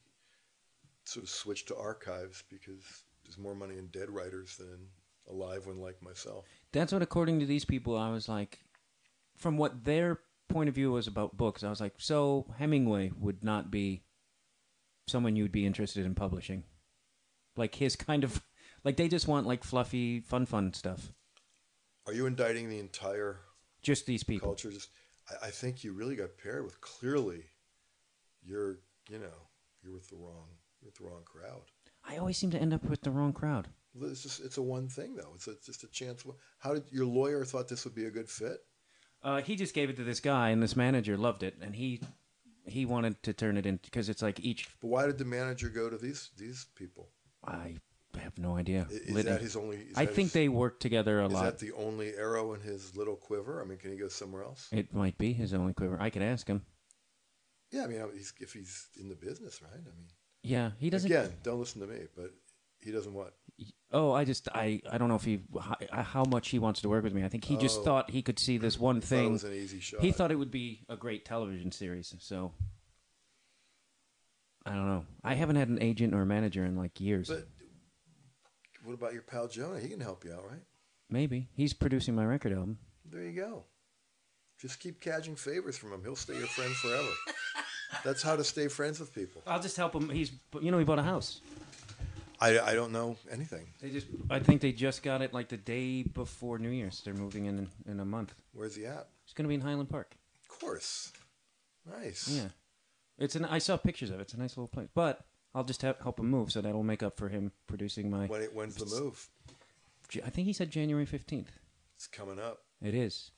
Speaker 5: sort of switched to archives because there's more money in dead writers than in a live one like myself.
Speaker 3: That's what, according to these people, I was like, from what their point of view was about books, I was like, so Hemingway would not be someone you'd be interested in publishing. Like his kind of, like they just want like fluffy, fun, fun stuff.
Speaker 5: Are you indicting the entire
Speaker 3: Just these people.
Speaker 5: culture? Just, I, I think you really got paired with clearly, you're, you know, you're with the wrong, you're with the wrong crowd.
Speaker 3: I always seem to end up with the wrong crowd.
Speaker 5: Well, It's just, it's a one thing though. It's a, just a chance. How did your lawyer thought this would be a good fit?
Speaker 3: Uh, he just gave it to this guy, and this manager loved it, and he he wanted to turn it in because it's like each.
Speaker 5: But why did the manager go to these these people?
Speaker 3: I have no idea.
Speaker 5: I- Is
Speaker 3: Litany.
Speaker 5: that his only? Is
Speaker 3: I
Speaker 5: that
Speaker 3: think
Speaker 5: his-
Speaker 3: they work together a
Speaker 5: Is
Speaker 3: lot.
Speaker 5: that the only arrow in his little quiver? I mean, can he go somewhere else?
Speaker 3: It might be his only quiver. I could ask him.
Speaker 5: Yeah, I mean, I- he's, if he's in the business, right? I mean,
Speaker 3: Yeah, he doesn't.
Speaker 5: again, don't listen to me, but he doesn't want.
Speaker 3: Oh, I just I I don't know if he how, how much he wants to work with me. I think he just
Speaker 5: Oh.
Speaker 3: thought he could see this one
Speaker 5: He thought it
Speaker 3: thing.
Speaker 5: was an easy shot.
Speaker 3: He thought it would be a great television series. So I don't know. I haven't had an agent or a manager in like years.
Speaker 5: But what about your pal Jonah? He can help you out, right?
Speaker 3: Maybe he's producing my record album.
Speaker 5: There you go. Just keep catching favors from him. He'll stay your friend
Speaker 3: *laughs*
Speaker 5: forever. That's how to stay friends with people.
Speaker 3: I'll just help him. He's you know he bought a house.
Speaker 5: I, I don't know anything.
Speaker 3: They just I think they just got it like the day before New Year's. They're moving in in a month.
Speaker 5: Where's he at?
Speaker 3: It's gonna be in Highland Park.
Speaker 5: Of course. Nice.
Speaker 3: Yeah. It's an. I saw pictures of it. It's a nice little place. But I'll just have, help him move, so that'll make up for him producing my.
Speaker 5: When it, when's the move?
Speaker 3: J- I think he said January fifteenth.
Speaker 5: It's coming up.
Speaker 3: It is.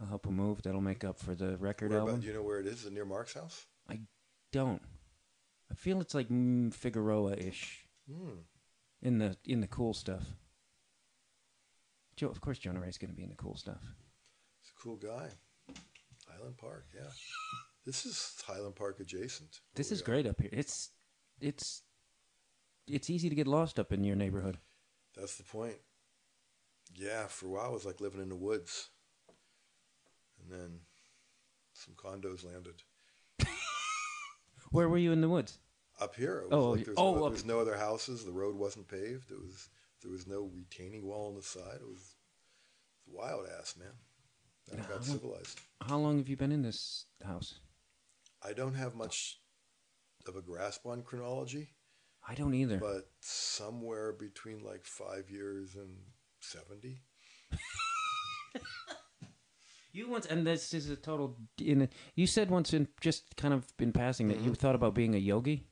Speaker 3: I'll help him move. That'll make up for the record
Speaker 5: Where
Speaker 3: album.
Speaker 5: about, do you know where it is? Is it near Mark's house?
Speaker 3: I don't. I feel it's like mm, Figueroa ish.
Speaker 5: Hmm.
Speaker 3: In the in the cool stuff. Joe, of course, Jonah Ray's going to be in the cool stuff.
Speaker 5: He's a cool guy. Highland Park, yeah. This is Highland Park adjacent. where
Speaker 3: This
Speaker 5: we
Speaker 3: is
Speaker 5: are.
Speaker 3: great up here. It's it's it's easy to get lost up in your neighborhood.
Speaker 5: That's the point. Yeah, for a while it was like living in the woods. And then some condos landed.
Speaker 3: Where were you in the woods?
Speaker 5: Up here, it was
Speaker 3: Oh,
Speaker 5: like there was,
Speaker 3: oh,
Speaker 5: no, there
Speaker 3: up-
Speaker 5: was no other houses. The road wasn't paved. It was there was no retaining wall on the side. It was wild ass, man. I got civilized.
Speaker 3: How long have you been in this house?
Speaker 5: I don't have much of a grasp on chronology,
Speaker 3: I don't either.
Speaker 5: but somewhere between like five years and seventy.
Speaker 3: You once, and this is a total. In a, you said once in just kind of in passing that you thought about being a yogi.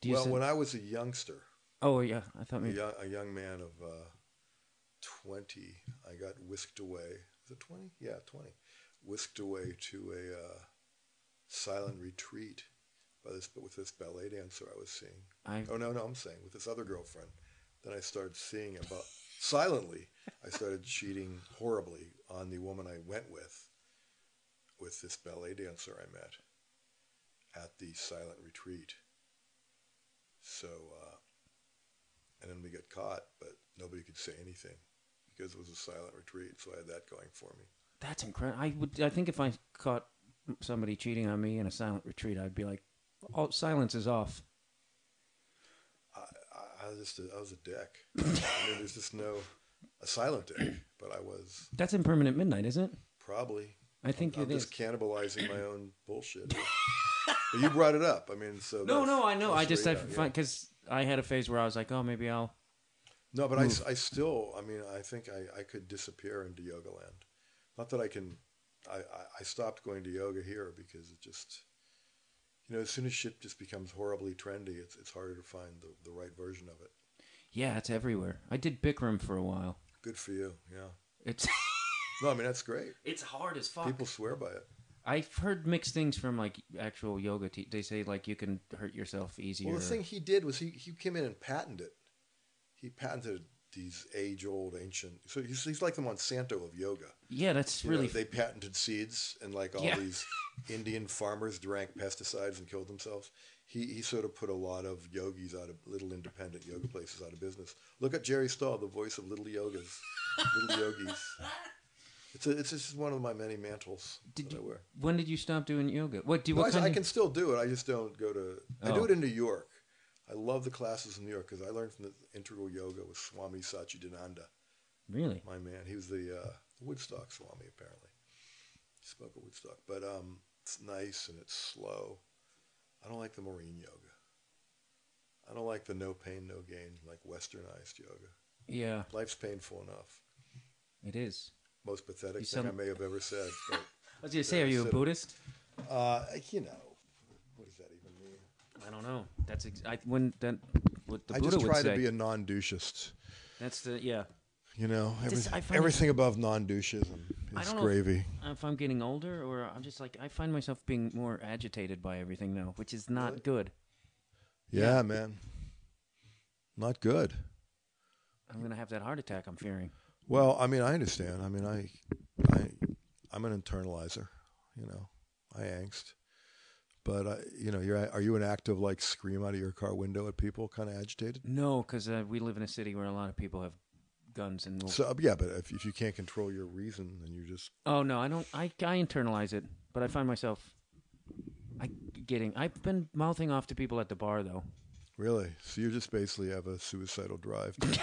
Speaker 3: Do you
Speaker 5: Mm-hmm. Well,
Speaker 3: said-
Speaker 5: when I was a youngster,
Speaker 3: oh yeah, I thought
Speaker 5: a
Speaker 3: maybe.
Speaker 5: young, a young man of uh, 20. I got whisked away. Is it 20? Yeah, 20. Whisked away to a uh, silent retreat by this, but with this ballet dancer I was seeing.
Speaker 3: I
Speaker 5: Oh, no, no, I'm saying with this other girlfriend. Then I started seeing about silently. I started cheating horribly on the woman I went with, with this ballet dancer I met at the silent retreat. So, uh, and then we got caught, but nobody could say anything because it was a silent retreat. So I had that going for me.
Speaker 3: that's incredible. I would. I think if I caught somebody cheating on me in a silent retreat, I'd be like, "All silence is off."
Speaker 5: I, I was just, a, I was a dick.
Speaker 3: *laughs*
Speaker 5: I mean, there's just no, a silent dick, but I was
Speaker 3: That's impermanent midnight, isn't it?
Speaker 5: probably
Speaker 3: I think
Speaker 5: I'm
Speaker 3: it is.
Speaker 5: just cannibalizing my own bullshit.
Speaker 3: *laughs*
Speaker 5: but you brought it up. I mean, so
Speaker 3: No,
Speaker 5: that's-
Speaker 3: no, I know.
Speaker 5: that's
Speaker 3: I just I
Speaker 5: straight up, yeah.
Speaker 3: because I had a phase where I was like, "Oh, maybe I'll."
Speaker 5: no, but I, s- I still, I mean, I think I, I could disappear into yoga land. Not that I can. I, I, I stopped going to yoga here because it just, you know, as soon as shit just becomes horribly trendy, it's it's harder to find the, the right version of it.
Speaker 3: Yeah, it's everywhere. I did Bikram for a while.
Speaker 5: Good for you. Yeah.
Speaker 3: It's *laughs*
Speaker 5: No, I mean that's great.
Speaker 3: it's hard as fuck.
Speaker 5: People swear by it.
Speaker 3: I've heard mixed things from like actual yoga. Te- they say like you can hurt yourself easier.
Speaker 5: Well, the thing he did was he, he came in and patented. He patented these age old ancient. So he's, he's like the Monsanto of yoga.
Speaker 3: yeah, that's
Speaker 5: You know,
Speaker 3: really.
Speaker 5: they patented seeds, and like all
Speaker 3: Yeah.
Speaker 5: these Indian farmers drank pesticides and killed themselves. He he sort of put a lot of yogis out of little independent yoga places out of business. Look at Jerry Stahl, the voice of little yogas, little
Speaker 3: *laughs*
Speaker 5: yogis. It's a, it's just one of my many mantles
Speaker 3: Did
Speaker 5: that I
Speaker 3: you-
Speaker 5: wear.
Speaker 3: when did you stop doing yoga? What do you?
Speaker 5: Well,
Speaker 3: what
Speaker 5: I, I
Speaker 3: kind
Speaker 5: can
Speaker 3: of,
Speaker 5: still do it. I just don't go to. I
Speaker 3: Oh.
Speaker 5: do it in New York. I love the classes in New York because I learned from the integral yoga with Swami Satchidananda,
Speaker 3: really?
Speaker 5: my man. He was the uh, Woodstock Swami, apparently. He spoke at Woodstock. But um, it's nice and it's slow. I don't like the marine yoga. I don't like the no pain, no gain, like westernized yoga.
Speaker 3: Yeah,
Speaker 5: Life's painful enough.
Speaker 3: it is.
Speaker 5: Most pathetic
Speaker 3: You
Speaker 5: thing I
Speaker 3: sound-
Speaker 5: may have
Speaker 3: *laughs*
Speaker 5: ever said. But,
Speaker 3: I was gonna say, are you a
Speaker 5: so-
Speaker 3: Buddhist?
Speaker 5: uh, you know, what does that even mean?
Speaker 3: I don't know. That's ex- I when that what the
Speaker 5: I
Speaker 3: Buddha
Speaker 5: just
Speaker 3: would
Speaker 5: try
Speaker 3: say.
Speaker 5: to be a non-douchist.
Speaker 3: that's the yeah.
Speaker 5: You know,
Speaker 3: This-
Speaker 5: everything,
Speaker 3: I find-
Speaker 5: everything above non-douchism
Speaker 3: I
Speaker 5: is
Speaker 3: don't know if-
Speaker 5: gravy.
Speaker 3: If I'm getting older, or I'm just like I find myself being more agitated by everything now, which is not good.
Speaker 5: yeah, man, not good.
Speaker 3: I'm gonna have that heart attack. I'm fearing.
Speaker 5: Well, I mean, I understand. I mean, I, I, I'm an internalizer. You know, I angst. But I, you know, you're are you an active like scream out of your car window at people, kind of agitated?
Speaker 3: No, because uh, we live in a city where a lot of people have guns and. Will...
Speaker 5: So uh, yeah, but if, if you can't control your reason, then you're just
Speaker 3: oh no, I don't. I I internalize it, but I find myself. I getting. I've been mouthing off to people at the bar though.
Speaker 5: really. So you just basically have a suicidal drive to,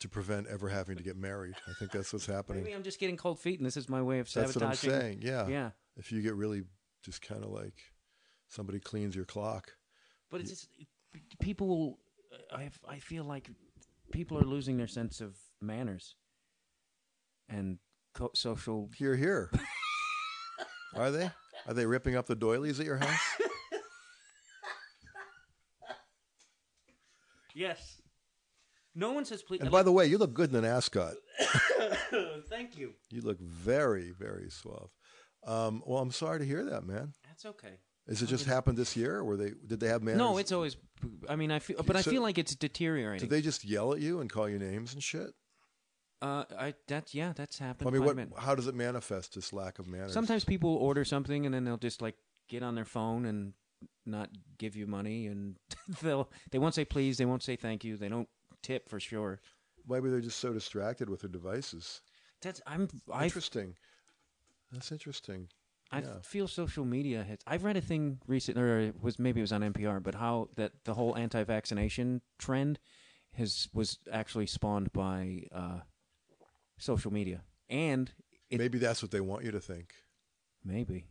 Speaker 5: to prevent ever having to get married. I think that's what's happening.
Speaker 3: Maybe I'm just getting cold feet, and this is my way of
Speaker 5: That's
Speaker 3: sabotaging.
Speaker 5: what I'm saying. Yeah.
Speaker 3: Yeah.
Speaker 5: If you get really just kind of like somebody cleans your clock.
Speaker 3: But it's just people. will- I have- I feel like people are losing their sense of manners and co- social.
Speaker 5: Here, here. *laughs* Are they? Are they ripping up the doilies at your house?
Speaker 6: Yes. No one says please.
Speaker 5: And by the way, you look good in an ascot.
Speaker 6: Thank you.
Speaker 5: You look very, very suave. Um, well, I'm sorry to hear that, man.
Speaker 6: That's okay.
Speaker 5: Is it just happened this year, or were they did they have manners?
Speaker 3: No, it's always. I mean, I feel, but I
Speaker 5: So-
Speaker 3: feel like it's
Speaker 5: Did
Speaker 3: deteriorating.
Speaker 5: they just yell at you and call you names and shit?
Speaker 3: uh, I that yeah, that's happened.
Speaker 5: I mean,
Speaker 3: quite a
Speaker 5: what?
Speaker 3: bit.
Speaker 5: How does it manifest this lack of manners?
Speaker 3: Sometimes people order something and then they'll just like get on their phone and not give you money, and *laughs* they'll they won't say please, they won't say thank you, they don't tip for sure.
Speaker 5: maybe they're just so distracted with their devices.
Speaker 3: That's I'm I
Speaker 5: Interesting. That's interesting.
Speaker 3: I
Speaker 5: Yeah.
Speaker 3: feel social media has. I've read a thing recently, or it was maybe it was on NPR, but how that the whole anti-vaccination trend has was actually spawned by uh, social media, and it
Speaker 5: Maybe that's what they want you to think.
Speaker 3: maybe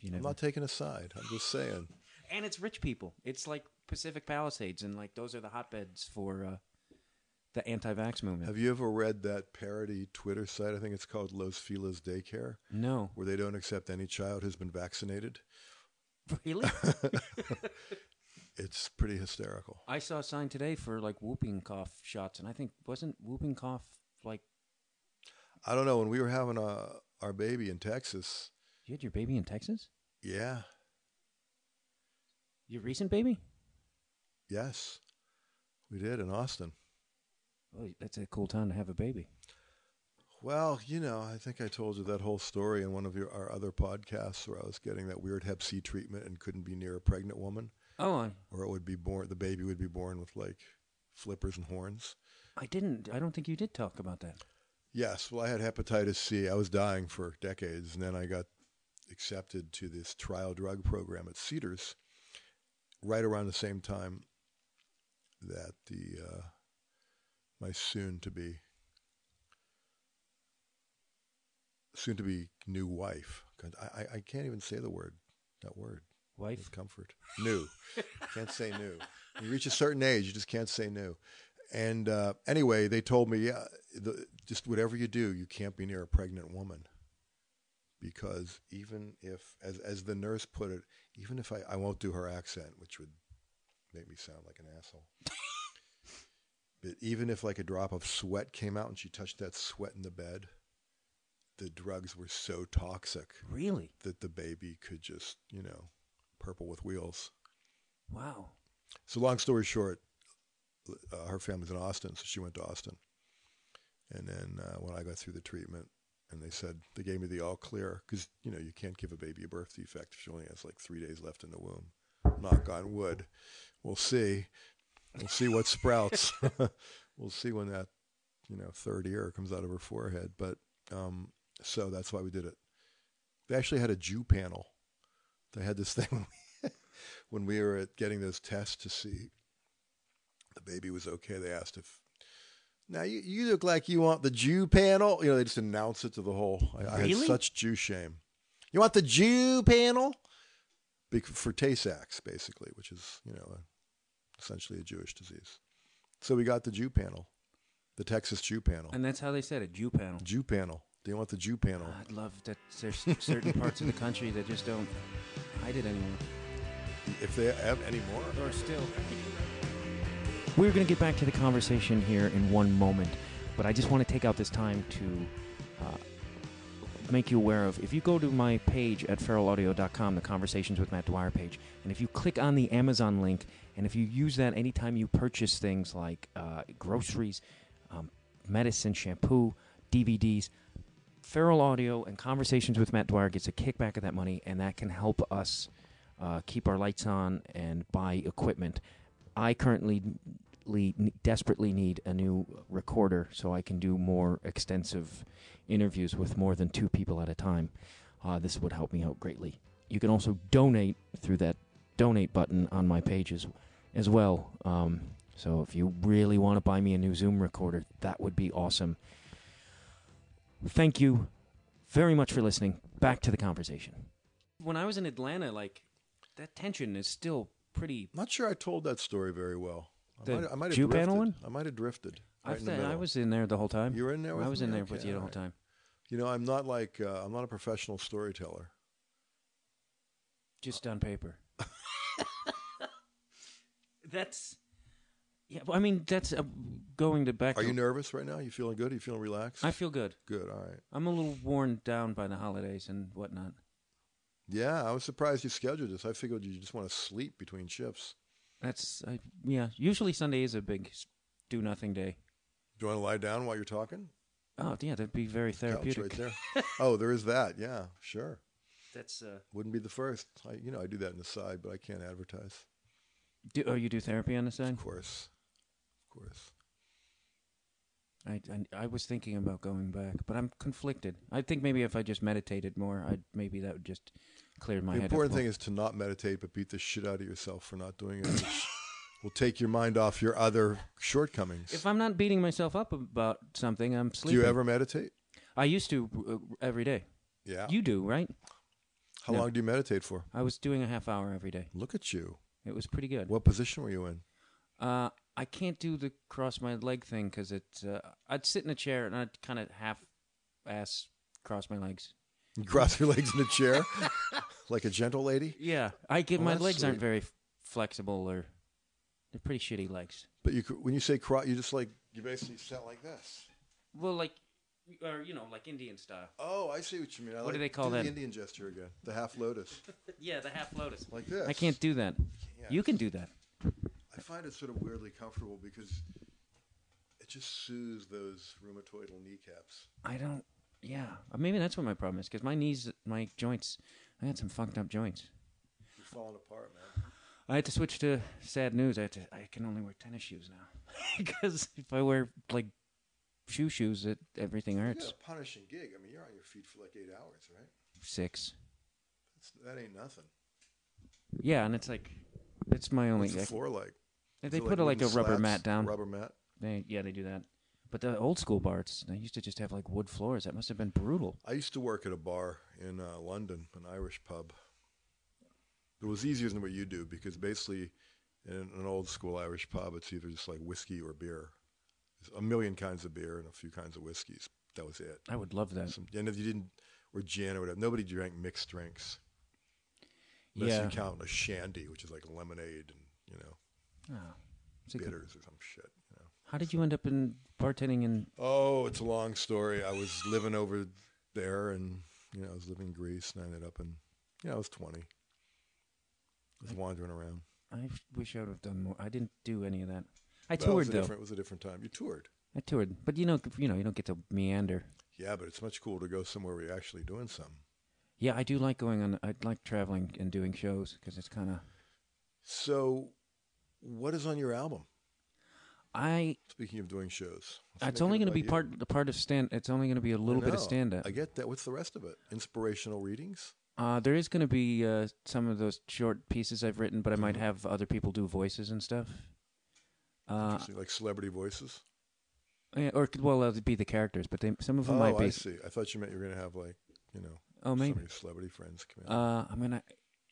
Speaker 3: you
Speaker 5: I'm
Speaker 3: never
Speaker 5: not taking a side. I'm just saying.
Speaker 3: and it's rich people. It's like Pacific Palisades, and like those are the hotbeds for uh, the anti-vax movement.
Speaker 5: Have you ever read that parody Twitter site? I think it's called Los Feliz Daycare, *laughs*
Speaker 3: no,
Speaker 5: where they don't accept any child who's been vaccinated.
Speaker 3: really?
Speaker 5: It's pretty hysterical.
Speaker 3: I saw a sign today for like whooping cough shots, and I think wasn't whooping cough like
Speaker 5: I don't know. When we were having uh our baby in Texas,
Speaker 3: you had your baby in Texas,
Speaker 5: yeah,
Speaker 3: your recent baby.
Speaker 5: yes, we did in Austin.
Speaker 3: Oh, that's a cool time to have a baby.
Speaker 5: Well, you know, I think I told you that whole story in one of your, our other podcasts where I was getting that weird Hep C treatment and couldn't be near a pregnant woman,
Speaker 3: Oh, I,
Speaker 5: or it would be born, the baby would be born with like flippers and horns.
Speaker 3: I didn't. I don't think you did talk about that.
Speaker 5: Yes, well, I had hepatitis C. I was dying for decades, and then I got accepted to this trial drug program at Cedars right around the same time that the uh, my soon to be soon to be new wife. God, I, I- I can't even say the word that word
Speaker 3: Wife,
Speaker 5: with comfort. New. can't say new. When you reach a certain age, you just can't say new. And uh, anyway, they told me, yeah, the, just whatever you do, you can't be near a pregnant woman. Because even if, as, as the nurse put it, even if I, I won't do her accent, which would make me sound like an asshole. but even if like a drop of sweat came out and she touched that sweat in the bed, the drugs were so toxic
Speaker 3: really?
Speaker 5: that the baby could just, you know, purple with wheels.
Speaker 3: Wow.
Speaker 5: So, long story short, uh, her family's in Austin, so she went to Austin. And then uh, when I got through the treatment, and they said they gave me the all clear because you know you can't give a baby a birth defect if she only has like three days left in the womb. Knock on wood. We'll see. We'll see what sprouts. *laughs* we'll see when that you know third ear comes out of her forehead. But um, so that's why we did it. They actually had a Jew panel. They had this *laughs* thing when we, when we were at getting those tests to see the baby was okay. They asked if now you, you look like you want the Jew panel. You know, they just announce it to the whole. I, I had
Speaker 3: Really?
Speaker 5: such Jew shame. You want the Jew panel Bec- for Tay Sachs, basically, which is you know essentially a Jewish disease. So we got the Jew panel, the Texas Jew panel,
Speaker 3: And that's how they said it. Jew panel.
Speaker 5: Jew panel. Do you want the Jew panel?
Speaker 3: I'd love that. There's certain parts of the country that just don't hide it anymore.
Speaker 5: If they have any more.
Speaker 3: Or still. We're going to get back to the conversation here in one moment, but I just want to take out this time to uh, make you aware of. If you go to my page at feralaudio.com, the Conversations with Matt Dwyer page, and if you click on the Amazon link, and if you use that anytime you purchase things like uh, groceries, um, medicine, shampoo, DVDs, Feral Audio and Conversations with Matt Dwyer gets a kickback of that money, and that can help us uh, keep our lights on and buy equipment. I currently le- desperately need a new recorder so I can do more extensive interviews with more than two people at a time. Uh, this would help me out greatly. You can also donate through that donate button on my pages as well. Um, so if you really want to buy me a new Zoom recorder, that would be awesome. Thank you very much for listening. Back to the conversation. When I was in Atlanta, like that tension is still pretty.
Speaker 5: I'm not sure I told that story very well. I
Speaker 3: The
Speaker 5: might, I might have
Speaker 3: Jew
Speaker 5: drifted.
Speaker 3: panel one?
Speaker 5: I might have drifted.
Speaker 3: I
Speaker 5: Right in the
Speaker 3: I
Speaker 5: middle.
Speaker 3: was in there the whole time.
Speaker 5: You were in there with
Speaker 3: I was
Speaker 5: me?
Speaker 3: in there
Speaker 5: Okay,
Speaker 3: with you the whole
Speaker 5: alright.
Speaker 3: time.
Speaker 5: You know, I'm not like uh, I'm not a professional storyteller.
Speaker 3: Just on
Speaker 5: *laughs*
Speaker 3: paper.
Speaker 6: That's
Speaker 3: Yeah, well, I mean that's uh, going to back.
Speaker 5: Are
Speaker 3: to-
Speaker 5: you nervous right now? You feeling good? Are you feeling relaxed?
Speaker 3: I feel good.
Speaker 5: good. All right.
Speaker 3: I'm a little worn down by the holidays and whatnot.
Speaker 5: Yeah, I was surprised you scheduled this. I figured you just want to sleep between shifts.
Speaker 3: That's I, yeah. Usually Sunday is a big s- do nothing day.
Speaker 5: Do you want to lie down while you're talking?
Speaker 3: Oh yeah, that'd be very
Speaker 5: Couch
Speaker 3: therapeutic.
Speaker 5: right there.
Speaker 3: *laughs*
Speaker 5: oh, there is that. Yeah, sure.
Speaker 6: that's uh
Speaker 5: Wouldn't be the first. I, you know, I do that in the side, but I can't advertise.
Speaker 3: Do, oh, you do therapy on the side?
Speaker 5: Of course, of course.
Speaker 3: I, I I was thinking about going back, but I'm conflicted. I think maybe if I just meditated more, I maybe that would just clear my
Speaker 5: the
Speaker 3: head.
Speaker 5: important thing is to not meditate, but beat the shit out of yourself for not doing it. which *laughs* will take your mind off your other shortcomings.
Speaker 3: if I'm not beating myself up about something, I'm
Speaker 5: do
Speaker 3: sleeping.
Speaker 5: you ever meditate?
Speaker 3: I used to uh, every day.
Speaker 5: Yeah.
Speaker 3: You do, right?
Speaker 5: How
Speaker 3: no.
Speaker 5: long do you meditate for?
Speaker 3: I was doing a half hour every day.
Speaker 5: Look at you.
Speaker 3: It was pretty good.
Speaker 5: What position were you in?
Speaker 3: Uh, I can't do the cross my leg thing because it. Uh, I'd sit in a chair and I'd kind of half ass cross my legs.
Speaker 5: You cross your legs in
Speaker 3: *laughs*
Speaker 5: a chair like a gentle lady?
Speaker 3: Yeah, I get
Speaker 5: Well,
Speaker 3: my
Speaker 5: that's
Speaker 3: legs aren't
Speaker 5: sweet.
Speaker 3: very f- flexible or they're pretty shitty legs.
Speaker 5: But you, cr- when you say cross, you just like, you basically sat like this.
Speaker 3: Well, like, or you know, like Indian style.
Speaker 5: Oh, I see what you mean. I
Speaker 3: What
Speaker 5: like,
Speaker 3: do they call
Speaker 5: do
Speaker 3: them?
Speaker 5: The Indian gesture again. The half lotus.
Speaker 3: Yeah, the half lotus.
Speaker 5: Like this.
Speaker 3: I can't do that. You can do that.
Speaker 5: I find it sort of weirdly comfortable because it just soothes those rheumatoidal kneecaps.
Speaker 3: I don't. Yeah, maybe that's what my problem is because my knees, my joints, I had some fucked up joints.
Speaker 5: You're falling apart, man.
Speaker 3: I had to switch to sad news. I had to, I can only wear tennis shoes now *laughs* because if I wear like shoe shoes, it everything
Speaker 5: You got
Speaker 3: hurts.
Speaker 5: a punishing gig. I mean, you're on your feet for like eight hours, right?
Speaker 3: Six.
Speaker 5: That's, that ain't nothing.
Speaker 3: Yeah, and it's like it's my only.
Speaker 5: What's the
Speaker 3: I-
Speaker 5: floor like?
Speaker 3: they
Speaker 5: Is it,
Speaker 3: put a, like a
Speaker 5: wooden
Speaker 3: rubber
Speaker 5: slats?
Speaker 3: mat down.
Speaker 5: Rubber mat.
Speaker 3: They, yeah, they do that. But the old school bars, they used to just have like wood floors. That must have been brutal.
Speaker 5: I used to work at a bar in uh, London, an Irish pub. It was easier than what you do because basically, in an old school Irish pub, it's either just like whiskey or beer. There's a million kinds of beer and a few kinds of whiskeys. That was it.
Speaker 3: I would love that.
Speaker 5: Some, and if you didn't, or gin or whatever, nobody drank mixed drinks. Unless
Speaker 3: Yeah.
Speaker 5: you count a shandy, which is like lemonade and, you know,
Speaker 3: Oh, it's a good-
Speaker 5: bitters or some shit. You know.
Speaker 3: how did you end up in bartending in?
Speaker 5: Oh, it's a long story. I was living over there, and you know, I was living in Greece, and I ended up in, you know, I was twenty. I was wandering around.
Speaker 3: I wish I would have done more. I didn't do any of that. I
Speaker 5: Well, it was
Speaker 3: toured
Speaker 5: a
Speaker 3: though.
Speaker 5: different- It was a different time. You toured,
Speaker 3: I toured, but you know, you know, you don't get to meander.
Speaker 5: yeah, but it's much cooler to go somewhere where you're actually doing something.
Speaker 3: Yeah, I do like going on. I like traveling and doing shows because it's kind of.
Speaker 5: So, what is on your album?
Speaker 3: I.
Speaker 5: Speaking of doing shows, let's make
Speaker 3: Uh, It's
Speaker 5: it
Speaker 3: only going to
Speaker 5: about
Speaker 3: be
Speaker 5: you.
Speaker 3: part the part of stand. It's only going to be a little
Speaker 5: I
Speaker 3: bit of
Speaker 5: know.
Speaker 3: stand up.
Speaker 5: I get that. What's the rest of it? Inspirational readings.
Speaker 3: Uh, there is going to be uh, some of those short pieces I've written, but I
Speaker 5: Mm-hmm.
Speaker 3: might have other people do voices and stuff. Uh,
Speaker 5: Interesting, like celebrity voices.
Speaker 3: yeah, or it could- well, uh, be the characters, but they, some of them
Speaker 5: oh,
Speaker 3: might be.
Speaker 5: I see. I thought you meant you were going to have like, you know,
Speaker 3: Oh,
Speaker 5: some
Speaker 3: maybe.
Speaker 5: of your celebrity friends come in.
Speaker 3: Uh, I'm gonna.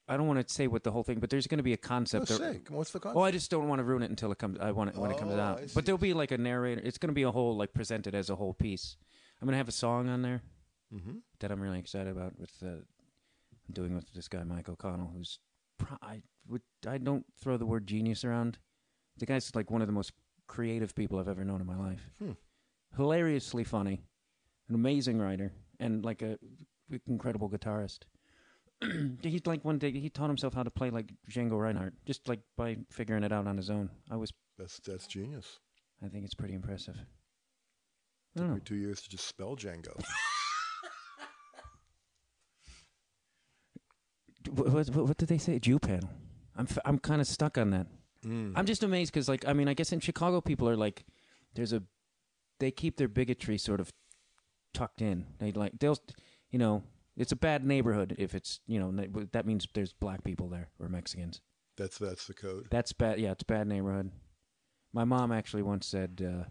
Speaker 3: I don't want to say what the whole thing, but there's going to be a
Speaker 5: No,
Speaker 3: concept. or-
Speaker 5: say, come on, Oh, what's the concept?
Speaker 3: Oh, I just don't want to ruin it until it comes. I want it when it comes
Speaker 5: Oh,
Speaker 3: out.
Speaker 5: I see.
Speaker 3: But there'll be like a narrator. It's going to be a whole like presented as a whole piece. I'm going to have a song on there
Speaker 5: Mhm.
Speaker 3: that I'm really excited about with uh, I'm doing with this guy Mike O'Connell, who's pro- I would I don't throw the word genius around. The guy's like one of the most creative people I've ever known in my life.
Speaker 5: Hmm.
Speaker 3: Hilariously funny, an amazing writer, and like a incredible guitarist. *clears throat* He's like one day he taught himself how to play like Django Reinhardt, just like by figuring it out on his own. I was,
Speaker 5: That's that's genius.
Speaker 3: I think it's pretty impressive. I
Speaker 5: Took
Speaker 3: don't know.
Speaker 5: me two years to just spell Django.
Speaker 3: D- What, what, what did they say? Jew panel. I'm f- I'm kind of stuck on that. I'm just amazed because like I mean I guess in Chicago people are like there's a they keep their bigotry sort of tucked in. They like they'll you know it's a bad neighborhood if it's you know n- that means there's black people there or Mexicans.
Speaker 5: That's that's the code.
Speaker 3: That's bad. Yeah, it's bad neighborhood. My mom actually once said uh,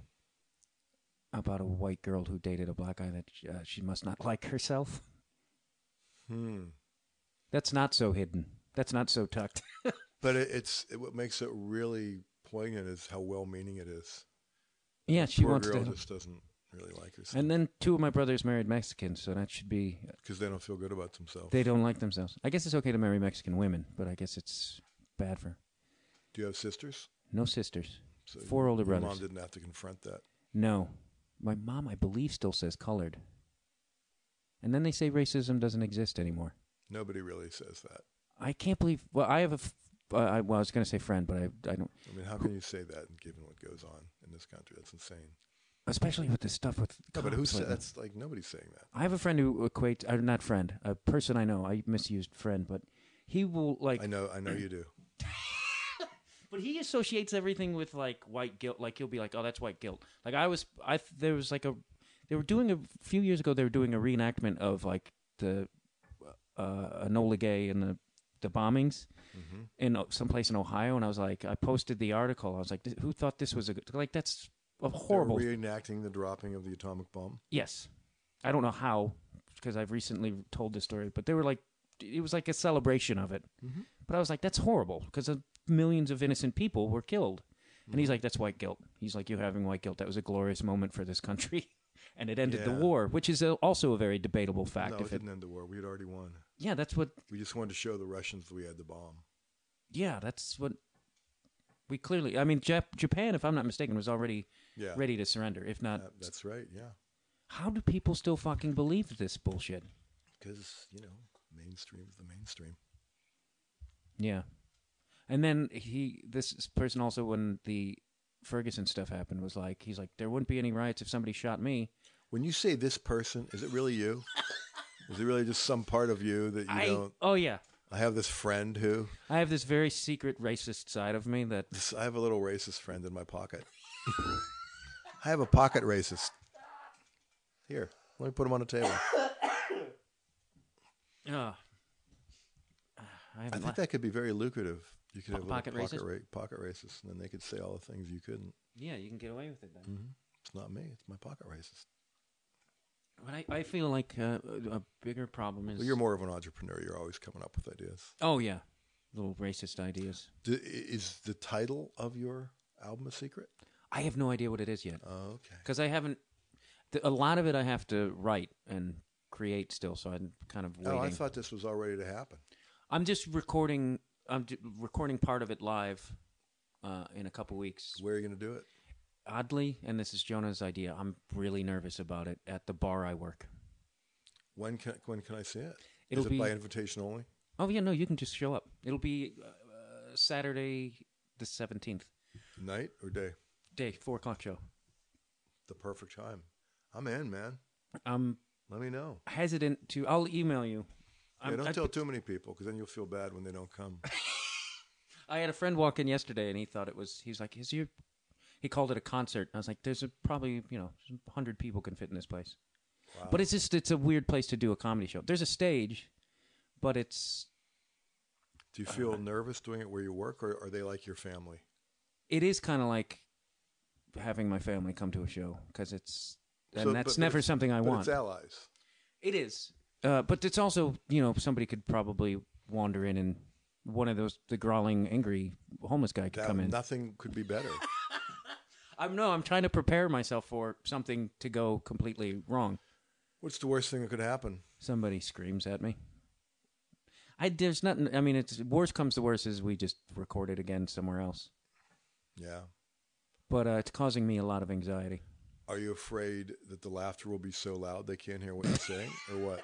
Speaker 3: about a white girl who dated a black guy that sh- uh, she must not *laughs* like herself.
Speaker 5: Hmm.
Speaker 3: That's not so hidden. That's not so
Speaker 5: *laughs*
Speaker 3: tucked.
Speaker 5: But it, it's it, what makes it really poignant is how well-meaning it is.
Speaker 3: yeah, she
Speaker 5: Poor
Speaker 3: wants
Speaker 5: girl
Speaker 3: to.
Speaker 5: just doesn't really like yourself
Speaker 3: And then two of my brothers married Mexicans, so that should be.
Speaker 5: because they don't feel good about themselves.
Speaker 3: They don't like themselves. I guess it's okay to marry Mexican women, but I guess it's bad for.
Speaker 5: Do you have sisters?
Speaker 3: No sisters.
Speaker 5: So
Speaker 3: Four older
Speaker 5: your
Speaker 3: brothers.
Speaker 5: Mom didn't have to confront that.
Speaker 3: No. My mom, I believe, still says colored. And then they say racism doesn't exist anymore.
Speaker 5: Nobody really says that.
Speaker 3: I can't believe. Well, I have a. f- uh, I, well, I was going to say friend, but I, I don't.
Speaker 5: I mean, how can you say that given what goes on in this country? That's insane.
Speaker 3: Especially with this stuff with.
Speaker 5: No, but
Speaker 3: cops
Speaker 5: who said
Speaker 3: lately.
Speaker 5: that's like nobody's saying that.
Speaker 3: I have a friend who equates. Uh, not friend. A person I know. I misused friend, but he will like.
Speaker 5: I know, I know
Speaker 3: *clears throat*
Speaker 5: you do.
Speaker 6: But he associates everything with like white guilt. Like he'll be like, "Oh, that's white guilt." Like I was, I th- there was like a,
Speaker 3: They were doing a few years ago. They were doing a reenactment of like the uh, Enola Gay and the the bombings in uh, someplace in Ohio. And I was like, I posted the article. I was like, who thought this was a good, like that's a horrible.
Speaker 5: They're reenacting the dropping of the atomic bomb.
Speaker 3: Yes. I don't know how because I've recently told this story, but they were like, it was like a celebration of it.
Speaker 5: Mm-hmm.
Speaker 3: But I was like, that's horrible because millions of innocent people were killed. And
Speaker 5: Mm-hmm.
Speaker 3: he's like, that's white guilt. He's like, you're having white guilt. That was a glorious moment for this country. *laughs* And it ended the
Speaker 5: Yeah.
Speaker 3: war, which is a, also a very debatable fact.
Speaker 5: no, it
Speaker 3: if it,
Speaker 5: didn't end the war. We had already won.
Speaker 3: yeah, that's what,
Speaker 5: We just wanted to show the Russians that we had the bomb.
Speaker 3: yeah, that's what we clearly, I mean, Jap- Japan, if I'm not mistaken, was already
Speaker 5: Yeah.
Speaker 3: ready to surrender. If not,
Speaker 5: That- that's right. Yeah.
Speaker 3: how do people still fucking believe this bullshit?
Speaker 5: Because you know, mainstream is the mainstream.
Speaker 3: Yeah. And then he, this person also, when the Ferguson stuff happened, was like, he's like, there wouldn't be any riots if somebody shot me.
Speaker 5: When you say this person, is it really you? is it really just some part of you that you
Speaker 3: I,
Speaker 5: don't?
Speaker 3: oh yeah,
Speaker 5: I have this friend who
Speaker 3: I have this very secret racist side of me that
Speaker 5: this, I have a little racist friend in my
Speaker 3: *laughs*
Speaker 5: pocket. I have a pocket racist. Here, let me put him on the table.
Speaker 3: uh, I
Speaker 5: I
Speaker 3: haven't.
Speaker 5: think
Speaker 3: la-
Speaker 5: that could be very lucrative. You could have little
Speaker 3: pocket
Speaker 5: pocket,
Speaker 3: racist?
Speaker 5: ra- pocket racist, and then they could say all the things you couldn't.
Speaker 3: yeah, you can get away with it then.
Speaker 5: It's not me. It's my pocket racist.
Speaker 3: But I, I feel like uh, a a bigger problem is
Speaker 5: Well, you're more of an entrepreneur. You're always coming up with ideas.
Speaker 3: oh yeah, little racist ideas.
Speaker 5: D- i- is the title of your album a secret?
Speaker 3: I have no idea what it is yet.
Speaker 5: Oh, okay.
Speaker 3: because I haven't. The, a lot of it I have to write and create still, so I'm kind of waiting.
Speaker 5: Oh, I thought this was already to happen.
Speaker 3: I'm just recording. I'm d- recording part of it live uh, in a couple weeks.
Speaker 5: Where are you going to do it?
Speaker 3: Oddly, and this is Jonah's idea. I'm really nervous about it at the bar I work.
Speaker 5: When can when can I see it? Is
Speaker 3: It'll
Speaker 5: it
Speaker 3: be-
Speaker 5: by invitation only?
Speaker 3: Oh yeah, no, you can just show up. It'll be uh, Saturday the seventeenth,
Speaker 5: Night or day?
Speaker 3: day four o'clock show.
Speaker 5: The perfect time. I'm in, man.
Speaker 3: I'm
Speaker 5: Let me know.
Speaker 3: hesitant to. I'll email you.
Speaker 5: Yeah,
Speaker 3: I'm-
Speaker 5: don't
Speaker 3: I-
Speaker 5: tell too many people because then you'll feel bad when they don't come.
Speaker 3: I had a friend walk in yesterday, and he thought it was. He's like, "Is your?" He called it a concert. I was like, "There's a, probably you know, hundred people can fit in this place." But it's just it's a weird place to do a comedy show. There's a stage, but it's
Speaker 5: Do you
Speaker 3: *laughs*
Speaker 5: feel nervous doing it where you work, or are they like your family?
Speaker 3: it is kind of like having my family come to a show because it's and
Speaker 5: So-
Speaker 3: that's
Speaker 5: but- but
Speaker 3: never
Speaker 5: it's-
Speaker 3: something I
Speaker 5: but
Speaker 3: want.
Speaker 5: It's allies.
Speaker 3: It is, uh, but it's also you know somebody could probably wander in and one of those the growling angry homeless guy could
Speaker 5: That,
Speaker 3: come in.
Speaker 5: nothing could be better.
Speaker 3: I'm no, I'm trying to prepare myself for something to go completely wrong.
Speaker 5: What's the worst thing that could happen?
Speaker 3: somebody screams at me. I there's nothing. I mean, it's worst comes to worst is we just record it again somewhere else.
Speaker 5: Yeah.
Speaker 3: But uh, it's causing me a lot of anxiety.
Speaker 5: Are you afraid that the laughter will be so loud they can't hear what you're saying, or what?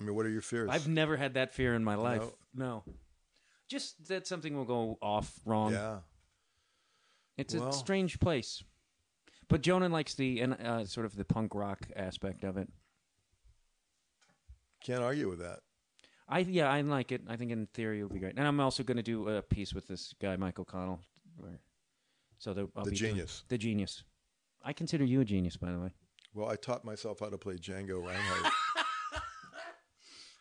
Speaker 5: I mean, what are your fears?
Speaker 3: I've never had that fear in my life. No, just that something will go off wrong.
Speaker 5: yeah.
Speaker 3: It's
Speaker 5: Well-
Speaker 3: a strange place. But Jonan likes the and uh, sort of the punk rock aspect of it.
Speaker 5: Can't argue with that.
Speaker 3: I yeah, I like it. I think in theory it would be great. And I'm also going to do a piece with this guy Michael Connell. where- So there, I'll
Speaker 5: The
Speaker 3: be doing-
Speaker 5: genius.
Speaker 3: the genius. I consider you a genius, by the way.
Speaker 5: Well, I taught myself how to play Django
Speaker 3: *laughs*
Speaker 5: Reinhardt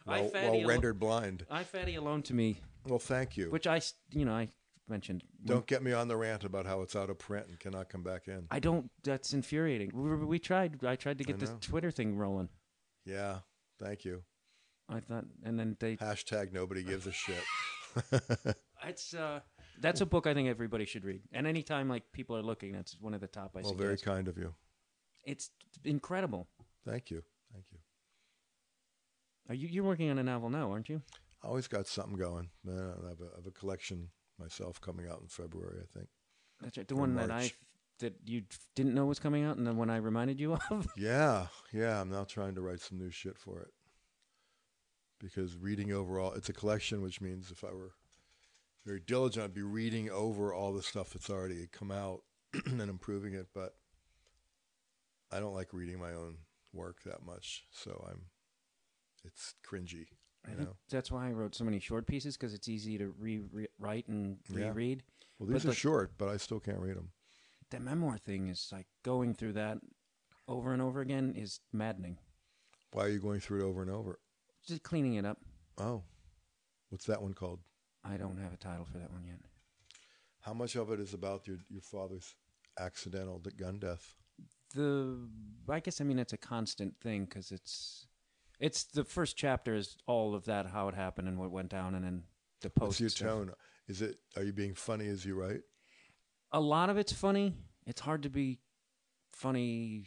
Speaker 3: I
Speaker 5: while,
Speaker 3: fatty
Speaker 5: while
Speaker 3: alo-
Speaker 5: rendered blind.
Speaker 3: I fatty alone to me,
Speaker 5: Well, thank you.
Speaker 3: which I s- you know I mentioned.
Speaker 5: Don't get me on the rant about how it's out of print and cannot come back in.
Speaker 3: I don't. That's infuriating. We, we- we tried. I tried to get this
Speaker 5: know.
Speaker 3: Twitter thing rolling.
Speaker 5: Yeah. Thank you.
Speaker 3: I thought, and then they.
Speaker 5: Hashtag nobody gives
Speaker 3: *laughs*
Speaker 5: a shit.
Speaker 3: It's uh, that's a book I think everybody should read. And anytime like people are looking, that's one of the top I
Speaker 5: Well,
Speaker 3: suggest.
Speaker 5: very kind of you.
Speaker 3: It's incredible.
Speaker 5: Thank you. Thank you.
Speaker 3: Are you you're working on a novel now, aren't you?
Speaker 5: I always got something going. Uh, I have a, I have a collection myself coming out in February, I think.
Speaker 3: That's right. The one that I
Speaker 5: March.
Speaker 3: that you didn't know was coming out, and then when I reminded you *laughs* of.
Speaker 5: Yeah, yeah. I'm now trying to write some new shit for it because reading overall, it's a collection, which means if I were very diligent, I'd be reading over all the stuff that's already come out *clears throat* and improving it. But I don't like reading my own work that much, so I'm it's cringy,
Speaker 3: I
Speaker 5: you
Speaker 3: think
Speaker 5: know.
Speaker 3: that's why I wrote so many short pieces because it's easy to rewrite and
Speaker 5: Yeah.
Speaker 3: reread.
Speaker 5: Well, these
Speaker 3: But
Speaker 5: are
Speaker 3: the-
Speaker 5: short, but I still can't read them.
Speaker 3: That memoir thing is like going through that over and over again is maddening.
Speaker 5: Why are you going through it over and over?
Speaker 3: Just cleaning it up.
Speaker 5: Oh, what's that one called?
Speaker 3: I don't have a title for that one yet.
Speaker 5: How much of it is about your your father's accidental d- gun death?
Speaker 3: The I guess I mean it's a constant thing because it's it's the first chapter is all of that how it happened and what went down and then the post.
Speaker 5: What's your
Speaker 3: stuff.
Speaker 5: tone? Is it? Are you being funny as you write?
Speaker 3: a lot of it's funny. It's hard to be funny.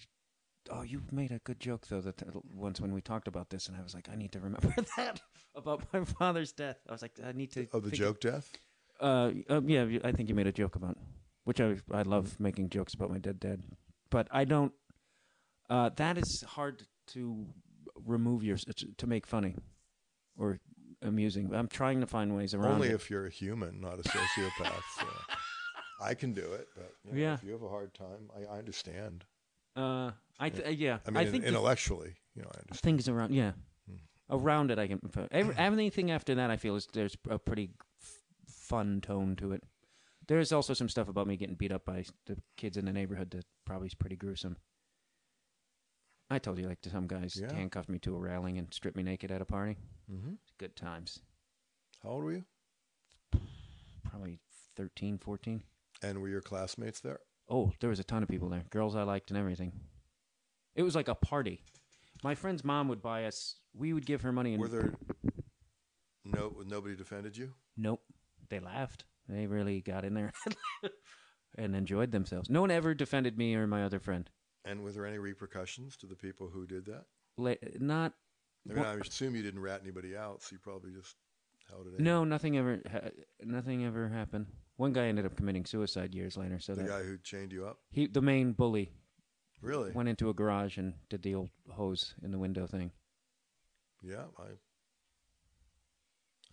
Speaker 3: Oh, you made a good joke though that once when we talked about this, and I was like, I need to remember *laughs* that about my father's death. I was like, I need to.
Speaker 5: Oh, the
Speaker 3: think-
Speaker 5: joke death.
Speaker 3: Uh, uh, yeah, you- I think you made a joke about which I I love making jokes about my dead dad, but I don't. Uh, that is hard to remove your to to make funny or amusing. I'm trying to find ways around.
Speaker 5: Only
Speaker 3: it.
Speaker 5: if you're a human, not a sociopath. so. I can do it, but you know,
Speaker 3: Yeah.
Speaker 5: if you have a hard time, I, I understand.
Speaker 3: uh, I th- yeah.
Speaker 5: I mean,
Speaker 3: think the-
Speaker 5: intellectually, you know, I understand.
Speaker 3: things around yeah
Speaker 5: Hmm.
Speaker 3: around it i can
Speaker 5: *clears throat*
Speaker 3: every, anything after that i feel is there's a pretty f- fun tone to it there's also some stuff about me getting beat up by the kids in the neighborhood that probably is pretty gruesome i told you like some guys
Speaker 5: Yeah.
Speaker 3: handcuffed me to a railing and stripped me naked at a party
Speaker 5: Mm-hmm.
Speaker 3: good times
Speaker 5: How old were you?
Speaker 3: probably 13 14
Speaker 5: And were your classmates there?
Speaker 3: oh there was a ton of people there girls i liked and everything it was like a party my friend's mom would buy us we would give her money and
Speaker 5: Were there? No, nobody defended you.
Speaker 3: Nope. They laughed. They really got in there *laughs* and enjoyed themselves. No one ever defended me or my other friend.
Speaker 5: And were there any repercussions to the people who did that?
Speaker 3: La- not
Speaker 5: I mean,
Speaker 3: Well-
Speaker 5: I assume you didn't rat anybody out, so you probably just held it in.
Speaker 3: no, nothing ever ha- nothing ever happened. One guy ended up committing suicide years later, so
Speaker 5: the
Speaker 3: that
Speaker 5: guy who chained you up.
Speaker 3: he the main bully
Speaker 5: Really?
Speaker 3: went into a garage and did the old hose in the window
Speaker 5: *laughs*
Speaker 3: thing.
Speaker 5: Yeah, I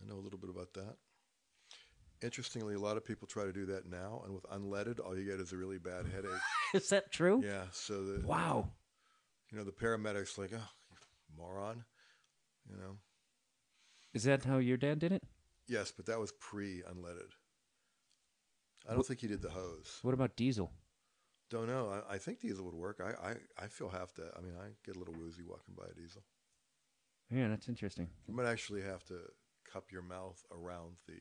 Speaker 5: I know a little bit about that. Interestingly, a lot of people try to do that now, and with unleaded, all you get is a really bad headache.
Speaker 3: Is that true?
Speaker 5: yeah, so the
Speaker 3: Wow.
Speaker 5: you know the paramedics like, oh, you moron, you know.
Speaker 3: Is that how your dad did it?
Speaker 5: Yes, but that was pre-unleaded. I don't think he did the hose.
Speaker 3: What about Diesel?
Speaker 5: Don't know. I, I think diesel would work. I, I, I feel half to. I mean, I get a little woozy walking by a diesel.
Speaker 3: Yeah, that's interesting.
Speaker 5: You might actually have to cup your mouth around the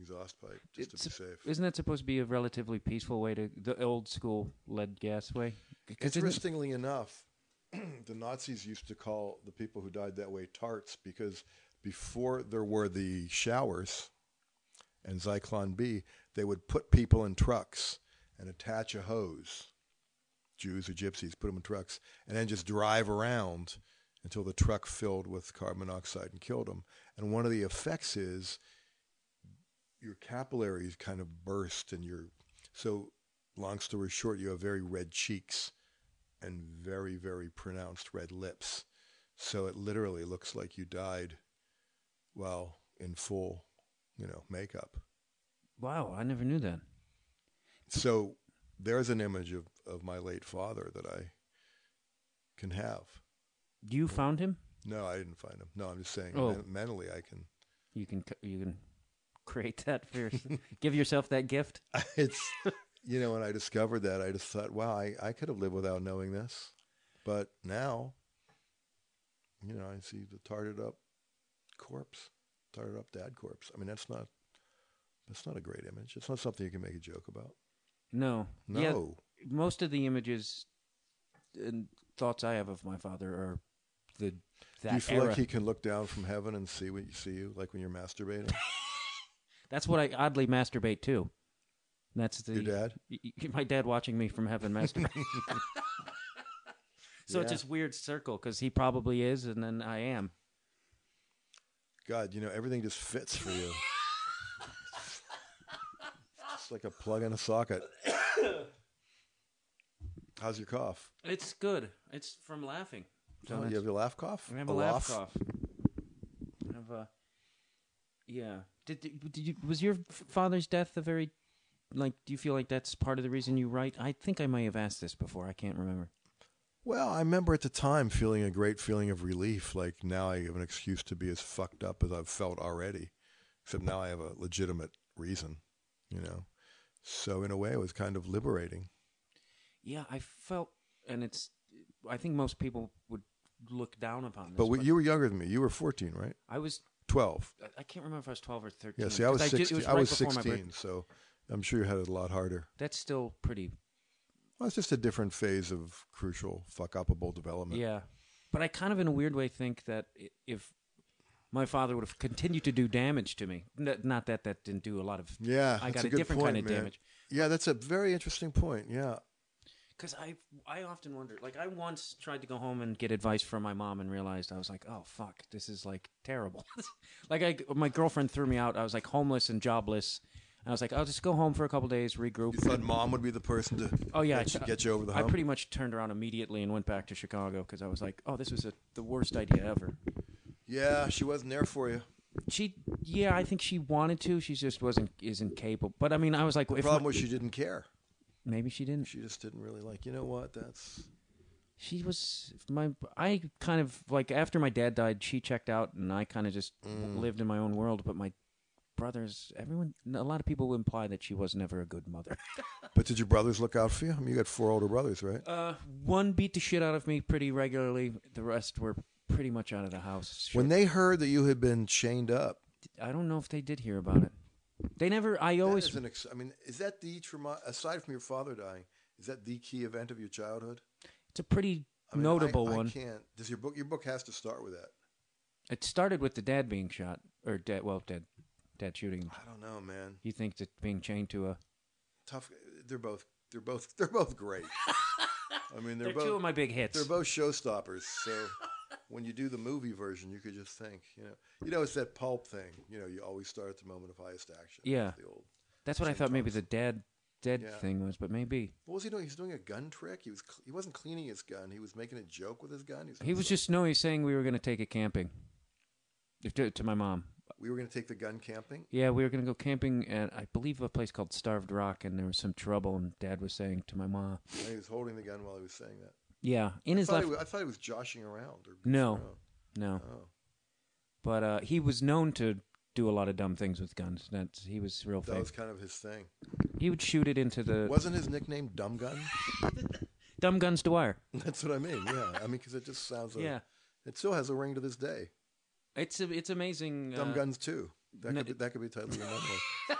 Speaker 5: exhaust pipe just to
Speaker 3: It's-
Speaker 5: be safe.
Speaker 3: Isn't that supposed to be a relatively peaceful way to the old school lead gas way? 'Cause isn't-
Speaker 5: Interestingly enough, *clears throat* the Nazis used to call the people who died that way tarts because before there were the showers and Zyklon B, they would put people in trucks and attach a hose. Jews or gypsies put them in trucks and then just drive around until the truck filled with carbon monoxide and killed them. And one of the effects is your capillaries kind of burst and your so long story short, you have very red cheeks and very, very pronounced red lips. So it literally looks like you died while in full, you know, makeup.
Speaker 3: Wow, I never knew that.
Speaker 5: So there's an image of, of my late father that I can have.
Speaker 3: You found him.
Speaker 5: No, I didn't find him. No, I'm just saying
Speaker 3: Oh.
Speaker 5: men- mentally I can.
Speaker 3: You can c- you can create that for yourself. *laughs* give yourself that gift.
Speaker 5: It's, you know, when I discovered that, I just thought, wow, I, I could have lived without knowing this. But now, you know, I see the tarted up corpse, tarted up dad corpse. I mean, that's not, that's not a great image. It's not something you can make a joke about.
Speaker 3: No.
Speaker 5: No.
Speaker 3: Yeah, most of the images and thoughts I have of my father are the that
Speaker 5: Do you feel
Speaker 3: era.
Speaker 5: like he can look down from heaven and see what you see you, like when
Speaker 3: *laughs*
Speaker 5: you're masturbating?
Speaker 3: That's what I oddly masturbate to. That's the
Speaker 5: Your dad? *laughs*
Speaker 3: y- y- my dad watching me from heaven masturbate. So it's
Speaker 5: Yeah.
Speaker 3: this weird circle because he probably is, and then I am.
Speaker 5: God, you know, everything just fits for you. it's like a plug in a socket. How's your cough?
Speaker 3: It's good. It's from laughing. So
Speaker 5: Oh,
Speaker 3: that's-
Speaker 5: you have your laugh cough?
Speaker 3: I have a laugh cough. I have a yeah. Did, did, did you, was your f- father's death a very like? Do you feel like that's part of the reason you write? I think I may have asked this before. I can't remember.
Speaker 5: Well, I remember at the time feeling a great feeling of relief. Like now I have an excuse to be as fucked up as I've felt already. Except now I have a legitimate reason, you know? So in a way, it was kind of liberating.
Speaker 3: Yeah, I felt, and it's. I think most people would look down upon this.
Speaker 5: But when you were younger than me. You were 14, right?
Speaker 3: I was.
Speaker 5: 12.
Speaker 3: I- I can't remember if I was twelve or thirteen.
Speaker 5: Yeah, see, I was
Speaker 3: 'cause ju- it
Speaker 5: 16. I,
Speaker 3: right
Speaker 5: was
Speaker 3: before my birth-
Speaker 5: 16, so I'm sure you had it a lot harder.
Speaker 3: That's still pretty.
Speaker 5: Well, it's just a different phase of crucial fuck upable development.
Speaker 3: Yeah, but I kind of, in a weird way, think that i- if my father would have continued to do damage to me, n- not that that didn't do a lot of
Speaker 5: Yeah,
Speaker 3: I got
Speaker 5: that's a,
Speaker 3: a
Speaker 5: good
Speaker 3: different
Speaker 5: point,
Speaker 3: kind of
Speaker 5: man.
Speaker 3: damage.
Speaker 5: Yeah, that's a very interesting point. Yeah,
Speaker 3: Because I I often wonder, like I once tried to go home and get advice from my mom and realized I was like, oh fuck, this is like terrible. *laughs* like I, my girlfriend threw me out. I was like homeless and jobless. And I was like, I'll just go home for a couple days, regroup.
Speaker 5: you thought mom would be the person to
Speaker 3: Oh yeah,
Speaker 5: get,
Speaker 3: I-
Speaker 5: you, get you over the
Speaker 3: I
Speaker 5: hump.
Speaker 3: pretty much turned around immediately and went back to Chicago because I was like, oh, this was a, the worst idea ever.
Speaker 5: yeah, she wasn't there for you.
Speaker 3: She, yeah, I think she wanted to. She just wasn't isn't capable. But I mean, I was like,
Speaker 5: The
Speaker 3: if
Speaker 5: problem
Speaker 3: my-
Speaker 5: was she didn't care.
Speaker 3: maybe she didn't.
Speaker 5: She just didn't really like. You know what? That's
Speaker 3: she was my i kind of like after my dad died she checked out and i kind of just
Speaker 5: Mm.
Speaker 3: lived in my own world but my brothers everyone a lot of people imply that she was never a good mother *laughs*
Speaker 5: But did your brothers look out for you? I mean, you got four older brothers, right?
Speaker 3: uh, one beat the shit out of me pretty regularly the rest were pretty much out of the house
Speaker 5: When they heard that you had been chained up,
Speaker 3: i don't know if they did hear about it they never i
Speaker 5: that
Speaker 3: always
Speaker 5: is an ex- I mean, is that the trauma aside from your father dying? Is that the key event of your childhood?
Speaker 3: it's a pretty
Speaker 5: I mean,
Speaker 3: notable
Speaker 5: I, I
Speaker 3: one
Speaker 5: can't. Does your book? Your book has to start with that.
Speaker 3: it started with the dad being shot or dad well dad dad shooting
Speaker 5: I don't know, man.
Speaker 3: you think that being chained to a
Speaker 5: Tough. They're both. They're both. *laughs* They're both great. I mean, they're,
Speaker 3: they're,
Speaker 5: both.
Speaker 3: two of my big hits
Speaker 5: they're both showstoppers. So when you do the movie version, you could just think, you know, you know, it's that pulp thing. You know, you always start at the moment of highest action. That's
Speaker 3: Yeah.
Speaker 5: The old.
Speaker 3: That's what I thought maybe the dad dead
Speaker 5: Yeah.
Speaker 3: thing was, but maybe
Speaker 5: What was he doing? He was doing a gun trick. He was. cl- He wasn't cleaning his gun. He was making a joke with his gun.
Speaker 3: he was just no. He's saying we were going to take it camping. If- To, to my mom,
Speaker 5: We were going to take the gun camping.
Speaker 3: yeah, we were going to go camping at I believe a place called Starved Rock, and there was some trouble, and Dad was saying to my mom,
Speaker 5: And he was holding the gun while he was saying that.
Speaker 3: yeah, in
Speaker 5: I
Speaker 3: his
Speaker 5: thought,
Speaker 3: left,
Speaker 5: he was, I thought he was joshing around. Or goofing
Speaker 3: No.
Speaker 5: around.
Speaker 3: no,
Speaker 5: Oh.
Speaker 3: but uh, he was known to do a lot of dumb things with guns. That's he was real
Speaker 5: That
Speaker 3: famous.
Speaker 5: was kind of his thing.
Speaker 3: He would shoot it into the
Speaker 5: Wasn't his nickname Dumb Gun?
Speaker 3: dumb guns Dwyer.
Speaker 5: That's what I mean. Yeah, I mean because it just sounds. like
Speaker 3: Yeah,
Speaker 5: it still has a ring to this day.
Speaker 3: it's a, it's amazing.
Speaker 5: Dumb
Speaker 3: uh,
Speaker 5: Guns too. That
Speaker 3: no-
Speaker 5: could be, that could be titled another one.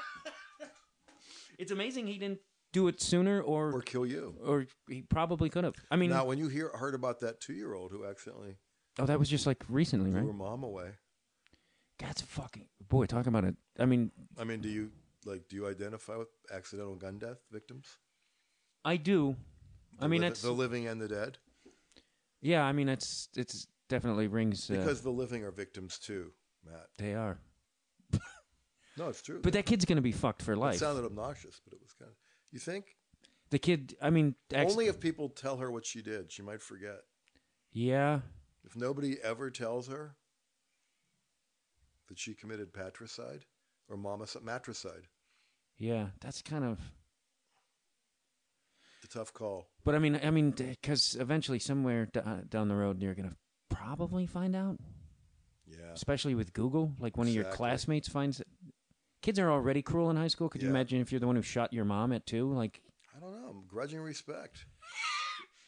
Speaker 3: It's amazing he didn't do it sooner, or *laughs*
Speaker 5: or
Speaker 3: or,
Speaker 5: Kill You.
Speaker 3: he probably could have. I mean,
Speaker 5: Now, when you hear heard about that two year old who accidentally
Speaker 3: Oh, that was just like recently,
Speaker 5: blew
Speaker 3: right?
Speaker 5: her mom away,
Speaker 3: That's fucking boy. Talk about it. I mean,
Speaker 5: I mean, do you like do you identify with accidental gun death victims?
Speaker 3: I do. I
Speaker 5: The
Speaker 3: mean,
Speaker 5: livi-
Speaker 3: that's
Speaker 5: the living and the dead,
Speaker 3: yeah. I mean, it's it's definitely rings. Uh,
Speaker 5: because the living are victims too, Matt.
Speaker 3: they are.
Speaker 5: No, it's true.
Speaker 3: But that kid's gonna be fucked for
Speaker 5: It
Speaker 3: life.
Speaker 5: sounded obnoxious, but it was kind of. You think
Speaker 3: The kid. I mean, ex-
Speaker 5: only if people tell her what she did, she might forget.
Speaker 3: yeah.
Speaker 5: If nobody ever tells her that she committed patricide or mama matricide,
Speaker 3: Yeah, that's kind of.
Speaker 5: it's a tough call.
Speaker 3: But I mean, I mean, because eventually, somewhere d- uh, down the road, you're gonna probably find out.
Speaker 5: Yeah.
Speaker 3: Especially with Google, like one of your
Speaker 5: Exactly.
Speaker 3: classmates finds. Kids are already cruel in high school. Could you
Speaker 5: Yeah.
Speaker 3: imagine if you're the one who shot your mom at two? Like,
Speaker 5: I don't know. Grudging respect.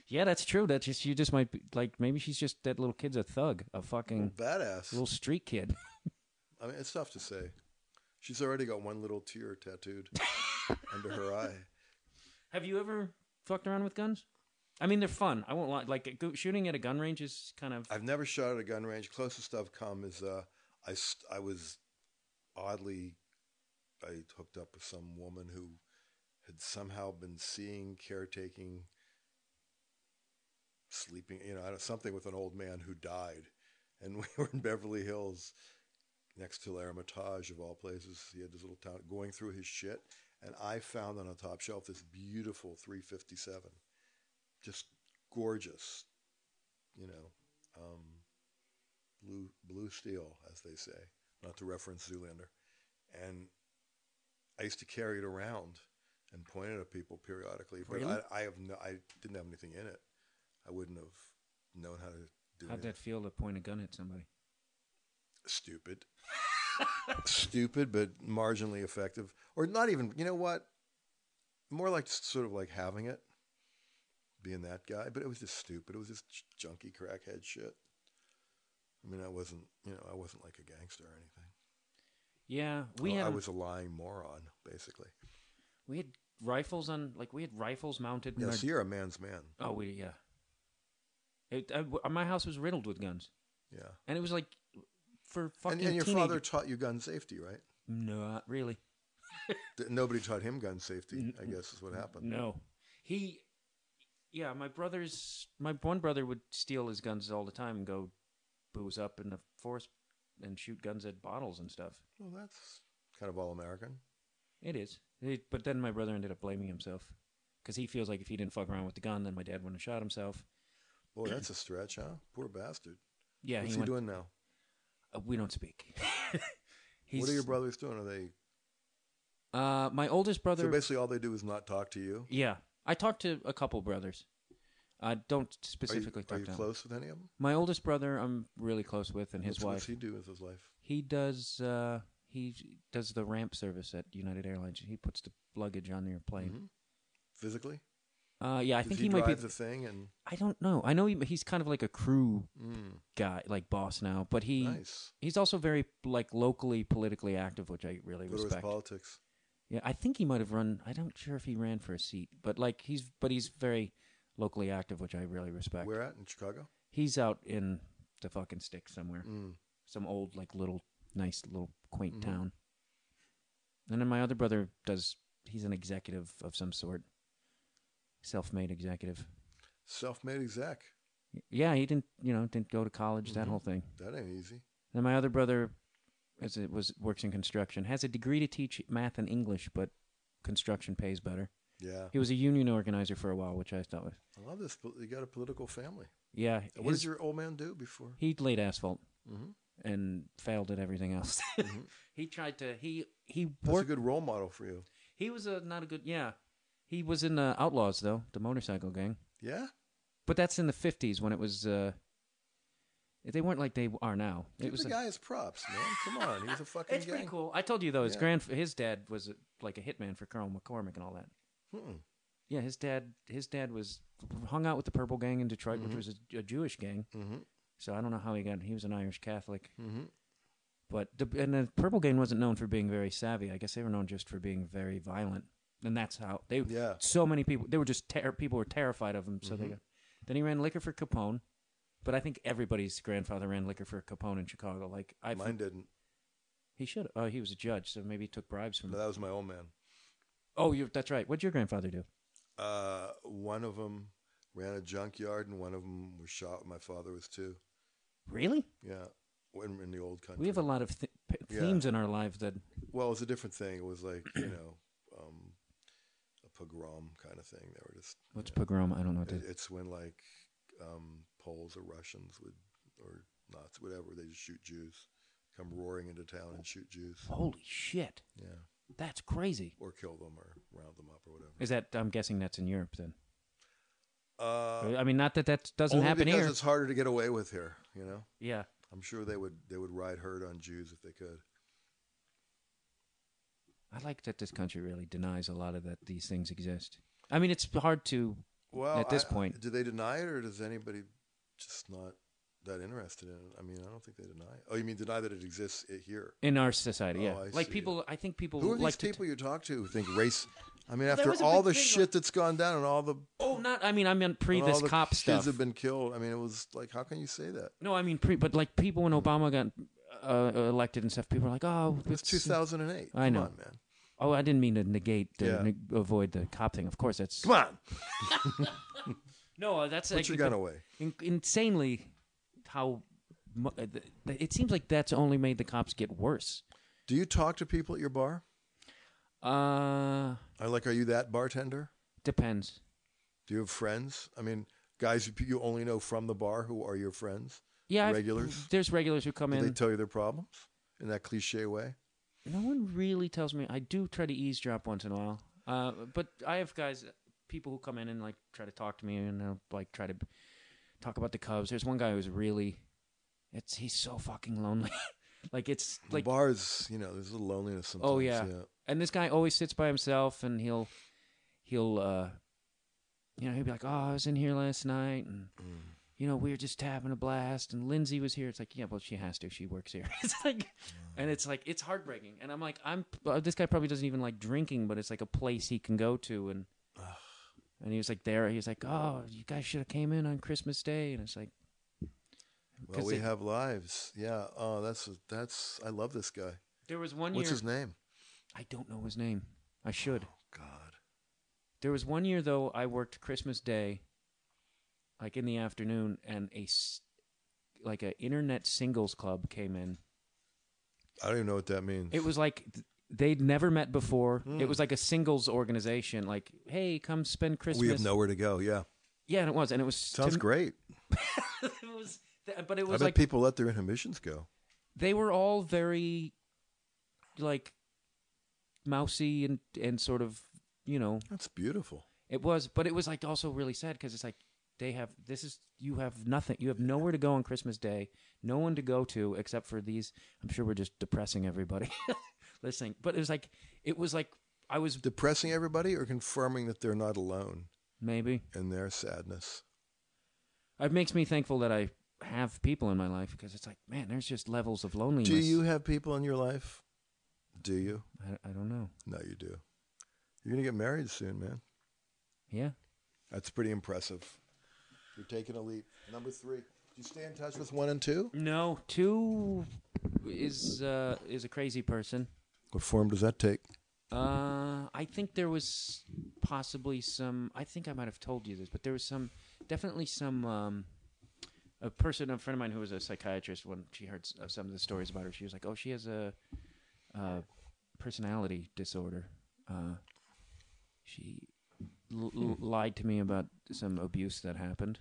Speaker 3: Yeah, that's true. That just you just might be, like maybe she's just that little kid's a thug, a fucking
Speaker 5: Badass.
Speaker 3: little street kid. *laughs*
Speaker 5: I mean, it's tough to say. She's already got one little tear tattooed *laughs* under her eye.
Speaker 3: Have you ever fucked around with guns? I mean, they're fun. I won't lie. Like go, shooting at a gun range is kind of
Speaker 5: I've never shot at a gun range. Closest I've come is uh, I, st- I was oddly, I hooked up with some woman who had somehow been seeing, caretaking, sleeping, you know, I don't- something with an old man who died. And *laughs* we were in Beverly Hills next to L'Hermitage, of all places. He had this little town going through his shit. And I found on a top shelf this beautiful 357, just gorgeous, you know, um, blue, blue steel, as they say, not to reference Zoolander. And I used to carry it around and point it at people periodically, but
Speaker 3: Really?
Speaker 5: I, I have no, I didn't have anything in it. I wouldn't have known how to do
Speaker 3: How'd
Speaker 5: it.
Speaker 3: that feel to point a gun at somebody?
Speaker 5: Stupid, stupid, but marginally effective, or not even. You know what? More like just sort of like having it, being that guy. But it was just stupid. It was just j- junky crackhead shit. I mean, I wasn't, you know, I wasn't like a gangster or anything.
Speaker 3: Yeah, we
Speaker 5: I
Speaker 3: had
Speaker 5: was a lying moron, basically.
Speaker 3: we had rifles on like we had rifles mounted. in
Speaker 5: Yes,
Speaker 3: our-
Speaker 5: you're a man's man.
Speaker 3: Oh, we yeah. It, I, w- my house was riddled with guns,
Speaker 5: Yeah.
Speaker 3: and it was like for fucking.
Speaker 5: And, and your
Speaker 3: teenage-
Speaker 5: father taught you gun safety, right?
Speaker 3: Not really.
Speaker 5: Th- Nobody taught him gun safety. I guess is what happened.
Speaker 3: No, he. Yeah, my brothers. My one brother would steal his guns all the time and go booze up in the forest and shoot guns at bottles and stuff.
Speaker 5: Well, that's kind of all American.
Speaker 3: It is. It, but then my brother ended up blaming himself because he feels like if he didn't fuck around with the gun, then my dad wouldn't have shot himself.
Speaker 5: Boy, that's a stretch, huh? Poor bastard.
Speaker 3: Yeah,
Speaker 5: What's he,
Speaker 3: went,
Speaker 5: doing now?
Speaker 3: Uh, we don't speak. *laughs* He's,
Speaker 5: what are your brothers doing? Are they
Speaker 3: Uh, my oldest brother.
Speaker 5: so basically all they do is not talk to you?
Speaker 3: yeah, I talked to a couple brothers. I don't
Speaker 5: Are you,
Speaker 3: specifically
Speaker 5: are
Speaker 3: talk
Speaker 5: you
Speaker 3: to him.
Speaker 5: close with any of them?
Speaker 3: My oldest brother, I'm really close with, and his
Speaker 5: what's,
Speaker 3: wife.
Speaker 5: What's he do with his life?
Speaker 3: He does. Uh, he does the ramp service at United Airlines. He puts the luggage on your plane.
Speaker 5: Physically?
Speaker 3: Uh, yeah, I
Speaker 5: Mm-hmm. Does
Speaker 3: think
Speaker 5: he,
Speaker 3: he, might be.
Speaker 5: drive the thing and
Speaker 3: I don't know. I know he, he's kind of like a crew guy, like boss now. But he
Speaker 5: Mm. nice.
Speaker 3: he's also very like locally politically active, which I really
Speaker 5: Go to his
Speaker 3: respect.
Speaker 5: politics.
Speaker 3: Yeah, I think he might have run. I don't sure if he ran for a seat, but like he's but he's very locally active, which I really respect.
Speaker 5: Where at in Chicago?
Speaker 3: He's out in the fucking sticks somewhere,
Speaker 5: Mm.
Speaker 3: some old like little nice little quaint town. And then my other brother does. He's an executive of some sort, self-made executive.
Speaker 5: Self made exec.
Speaker 3: Yeah, he didn't you know didn't go to college
Speaker 5: Mm-hmm.
Speaker 3: that whole thing.
Speaker 5: That ain't easy.
Speaker 3: And my other brother, as it was, works in construction. Has a degree to teach math and English, but construction pays better.
Speaker 5: Yeah.
Speaker 3: He was a union organizer for a while, which I thought was
Speaker 5: I love this. pol- You got a political family.
Speaker 3: yeah.
Speaker 5: What
Speaker 3: his-
Speaker 5: did your old man do before?
Speaker 3: He laid asphalt and failed at everything else. Mm-hmm. *laughs* he tried to. He he
Speaker 5: That's
Speaker 3: worked.
Speaker 5: a good role model for you.
Speaker 3: he was a not a good. Yeah, he was in the Outlaws though, the motorcycle gang.
Speaker 5: Yeah?
Speaker 3: But that's in the fifties when it was. uh They weren't like they are now.
Speaker 5: Give
Speaker 3: it was
Speaker 5: the
Speaker 3: a-
Speaker 5: guy his props, man. Come on. He was a fucking
Speaker 3: *laughs* It's
Speaker 5: gang.
Speaker 3: pretty cool. I told you though, his
Speaker 5: Yeah.
Speaker 3: grand, his dad was like a hitman for Colonel McCormick and all that.
Speaker 5: Hmm.
Speaker 3: Yeah, his dad, his dad was hung out with the Purple Gang in Detroit,
Speaker 5: Mm-hmm.
Speaker 3: which was a, a Jewish gang.
Speaker 5: Mhm.
Speaker 3: So I don't know how he got. He was an Irish Catholic.
Speaker 5: Mm-hmm.
Speaker 3: But the, and the Purple Gang wasn't known for being very savvy. I guess they were known just for being very violent, and that's how they.
Speaker 5: Yeah. Mm-hmm.
Speaker 3: So many people. They were just ter- people were terrified of him. So they. Got, then he ran liquor for Capone, but I think everybody's grandfather ran liquor for Capone in Chicago. Like I
Speaker 5: Mine didn't.
Speaker 3: he should. Oh, he was a judge, so maybe he took bribes from.
Speaker 5: No, that was my old man.
Speaker 3: Oh, you that's right. What'd your grandfather do?
Speaker 5: Uh, one of them ran a junkyard, and one of them was shot. when My father was too.
Speaker 3: Really?
Speaker 5: Yeah, in, in the old country.
Speaker 3: We have a lot of th- p-
Speaker 5: Yeah.
Speaker 3: themes in our lives that.
Speaker 5: well, it was a different thing. It was like you know, *clears throat* um, a pogrom kind of thing. They were just.
Speaker 3: What's pogrom? I don't know. What
Speaker 5: It,
Speaker 3: that-
Speaker 5: it's when like um, Poles or Russians would or Nazis, whatever, they just shoot Jews, come roaring into town and shoot Jews.
Speaker 3: Holy shit!
Speaker 5: Yeah,
Speaker 3: That's crazy.
Speaker 5: or kill them or round them up or whatever.
Speaker 3: Is that? I'm guessing that's in Europe then.
Speaker 5: Uh,
Speaker 3: I mean, not that that doesn't
Speaker 5: only
Speaker 3: happen
Speaker 5: because
Speaker 3: here.
Speaker 5: it's harder to get away with here. You know,
Speaker 3: Yeah.
Speaker 5: I'm sure they would they would ride herd on Jews if they could.
Speaker 3: I like that this country really denies a lot of that these things exist. I mean, it's hard to.
Speaker 5: Well,
Speaker 3: at this
Speaker 5: I-
Speaker 3: point.
Speaker 5: do they deny it, or does anybody just not that interested in it? I mean, I don't think they deny it. Oh, you mean deny that it exists i- here?
Speaker 3: In our society,
Speaker 5: Oh,
Speaker 3: yeah,
Speaker 5: I
Speaker 3: like
Speaker 5: see.
Speaker 3: people, I think people
Speaker 5: Who are
Speaker 3: like
Speaker 5: these
Speaker 3: to.
Speaker 5: people you talk to who think race? I mean,
Speaker 3: that
Speaker 5: after
Speaker 3: was a
Speaker 5: all
Speaker 3: big
Speaker 5: the
Speaker 3: thing,
Speaker 5: shit
Speaker 3: like-
Speaker 5: that's gone down and all the
Speaker 3: oh, not. I mean, I meant pre
Speaker 5: and all
Speaker 3: this
Speaker 5: the
Speaker 3: cop
Speaker 5: kids
Speaker 3: stuff.
Speaker 5: have been killed. I mean, it was like, how can you say that?
Speaker 3: No, I mean pre, but like people when Obama got uh, elected and stuff, people were like, "Oh,
Speaker 5: It was
Speaker 3: it's-
Speaker 5: 2008.
Speaker 3: I know.
Speaker 5: Come on, man.
Speaker 3: Oh, I didn't mean to negate, the,
Speaker 5: Yeah.
Speaker 3: ne- avoid the cop thing. Of course, that's
Speaker 5: Come on.
Speaker 3: *laughs* No, uh, that's
Speaker 5: Put
Speaker 3: like,
Speaker 5: your gun away.
Speaker 3: in- insanely how mu- uh, th- th- it seems like that's only made the cops get worse.
Speaker 5: Do you talk to people at your bar?
Speaker 3: Uh,
Speaker 5: I like, are you that bartender?
Speaker 3: depends.
Speaker 5: Do you have friends? I mean, guys you- you only know from the bar who are your friends.
Speaker 3: Yeah, I've-
Speaker 5: Regulars?
Speaker 3: there's regulars who come
Speaker 5: Do they
Speaker 3: in.
Speaker 5: tell you their problems in that cliche way?
Speaker 3: no one really tells me. I do try to eavesdrop once in a while. Uh, but I have guys, people who come in and like try to talk to me and uh, like try to b- talk about the Cubs. There's one guy who's really, it's he's so fucking lonely. *laughs* like it's like
Speaker 5: bars, you know, there's a little loneliness sometimes.
Speaker 3: Oh yeah. And this guy always sits by himself and he'll he'll uh you know, he'll be like, Oh, I was in here last night and
Speaker 5: Mm.
Speaker 3: you know, we were just having a blast and Lindsay was here. It's like, yeah, well she has to. She works here. *laughs* it's like and it's like it's heartbreaking. And I'm like, I'm uh, this guy probably doesn't even like drinking, but it's like a place he can go to and and he was like there he was like, Oh, you guys should have came in on Christmas Day and it's like
Speaker 5: Well,
Speaker 3: 'cause
Speaker 5: we
Speaker 3: they-
Speaker 5: have lives. Yeah. Oh, that's that's. I love this guy.
Speaker 3: there was one
Speaker 5: What's
Speaker 3: year
Speaker 5: his name?
Speaker 3: I don't know his name. I should.
Speaker 5: God.
Speaker 3: There was one year though I worked Christmas Day, like in the afternoon, and a s- like a internet singles club came in.
Speaker 5: I don't even know what that means.
Speaker 3: It was like th- they'd never met before. It was like a singles organization. Like, hey, come spend Christmas.
Speaker 5: Hmm. we have nowhere to go. Yeah.
Speaker 3: Yeah, and it was, and it was
Speaker 5: Sounds
Speaker 3: to-
Speaker 5: great.
Speaker 3: *laughs* it was, th- but it
Speaker 5: I bet
Speaker 3: was like
Speaker 5: people let their inhibitions go.
Speaker 3: they were all very like mousy and and sort of you know
Speaker 5: That's beautiful.
Speaker 3: It was, but it was like also really sad because it's like they have this is you have nothing, you have nowhere to go on Christmas Day, no one to go to except for these. I'm sure we're just depressing everybody *laughs* listening, but it was like it was like I was
Speaker 5: Depressing everybody or confirming that they're not alone
Speaker 3: maybe
Speaker 5: in their sadness.
Speaker 3: it makes me thankful that I have people in my life because it's like man, there's just levels of loneliness.
Speaker 5: Do you have people in your life? Do you?
Speaker 3: I, I don't know.
Speaker 5: No, you do. You're gonna get married soon, man.
Speaker 3: Yeah,
Speaker 5: That's pretty impressive. You're taking a leap. Number three. Do you stay in touch with one and two?
Speaker 3: no. Two is uh is a crazy person.
Speaker 5: What form does that take?
Speaker 3: Uh, I think there was possibly some. I think I might have told you this, but there was some, definitely some. Um, a person, a friend of mine who was a psychiatrist, when she heard s- uh, some of the stories about her, she was like, "Oh, she has a, uh, personality disorder. Uh, she l- l- lied to me about some abuse that happened.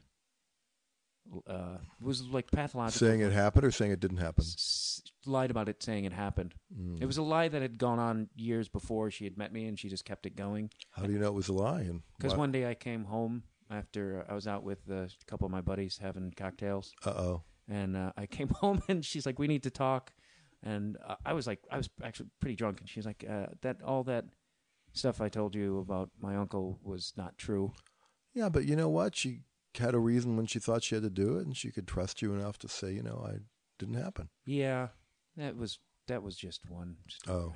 Speaker 3: L- Uh, was like pathological."
Speaker 5: Saying it happened or saying it didn't happen?
Speaker 3: s- lied about it saying it happened. It was a lie that had gone on years before she had met me and she just kept it going.
Speaker 5: How do you know it was a lie? And
Speaker 3: Because one day I came home after I was out with a couple of my buddies having cocktails
Speaker 5: uh oh,
Speaker 3: and uh, I came *laughs* home and she's like, "We need to talk." And uh, I was like, I was actually pretty drunk, and she's like, uh, "That all that stuff I told you about my uncle was not true."
Speaker 5: yeah, but you know what? She had a reason when she thought she had to do it, and she could trust you enough to say, you know, I didn't happen.
Speaker 3: Yeah, that was that was just one.
Speaker 5: Oh,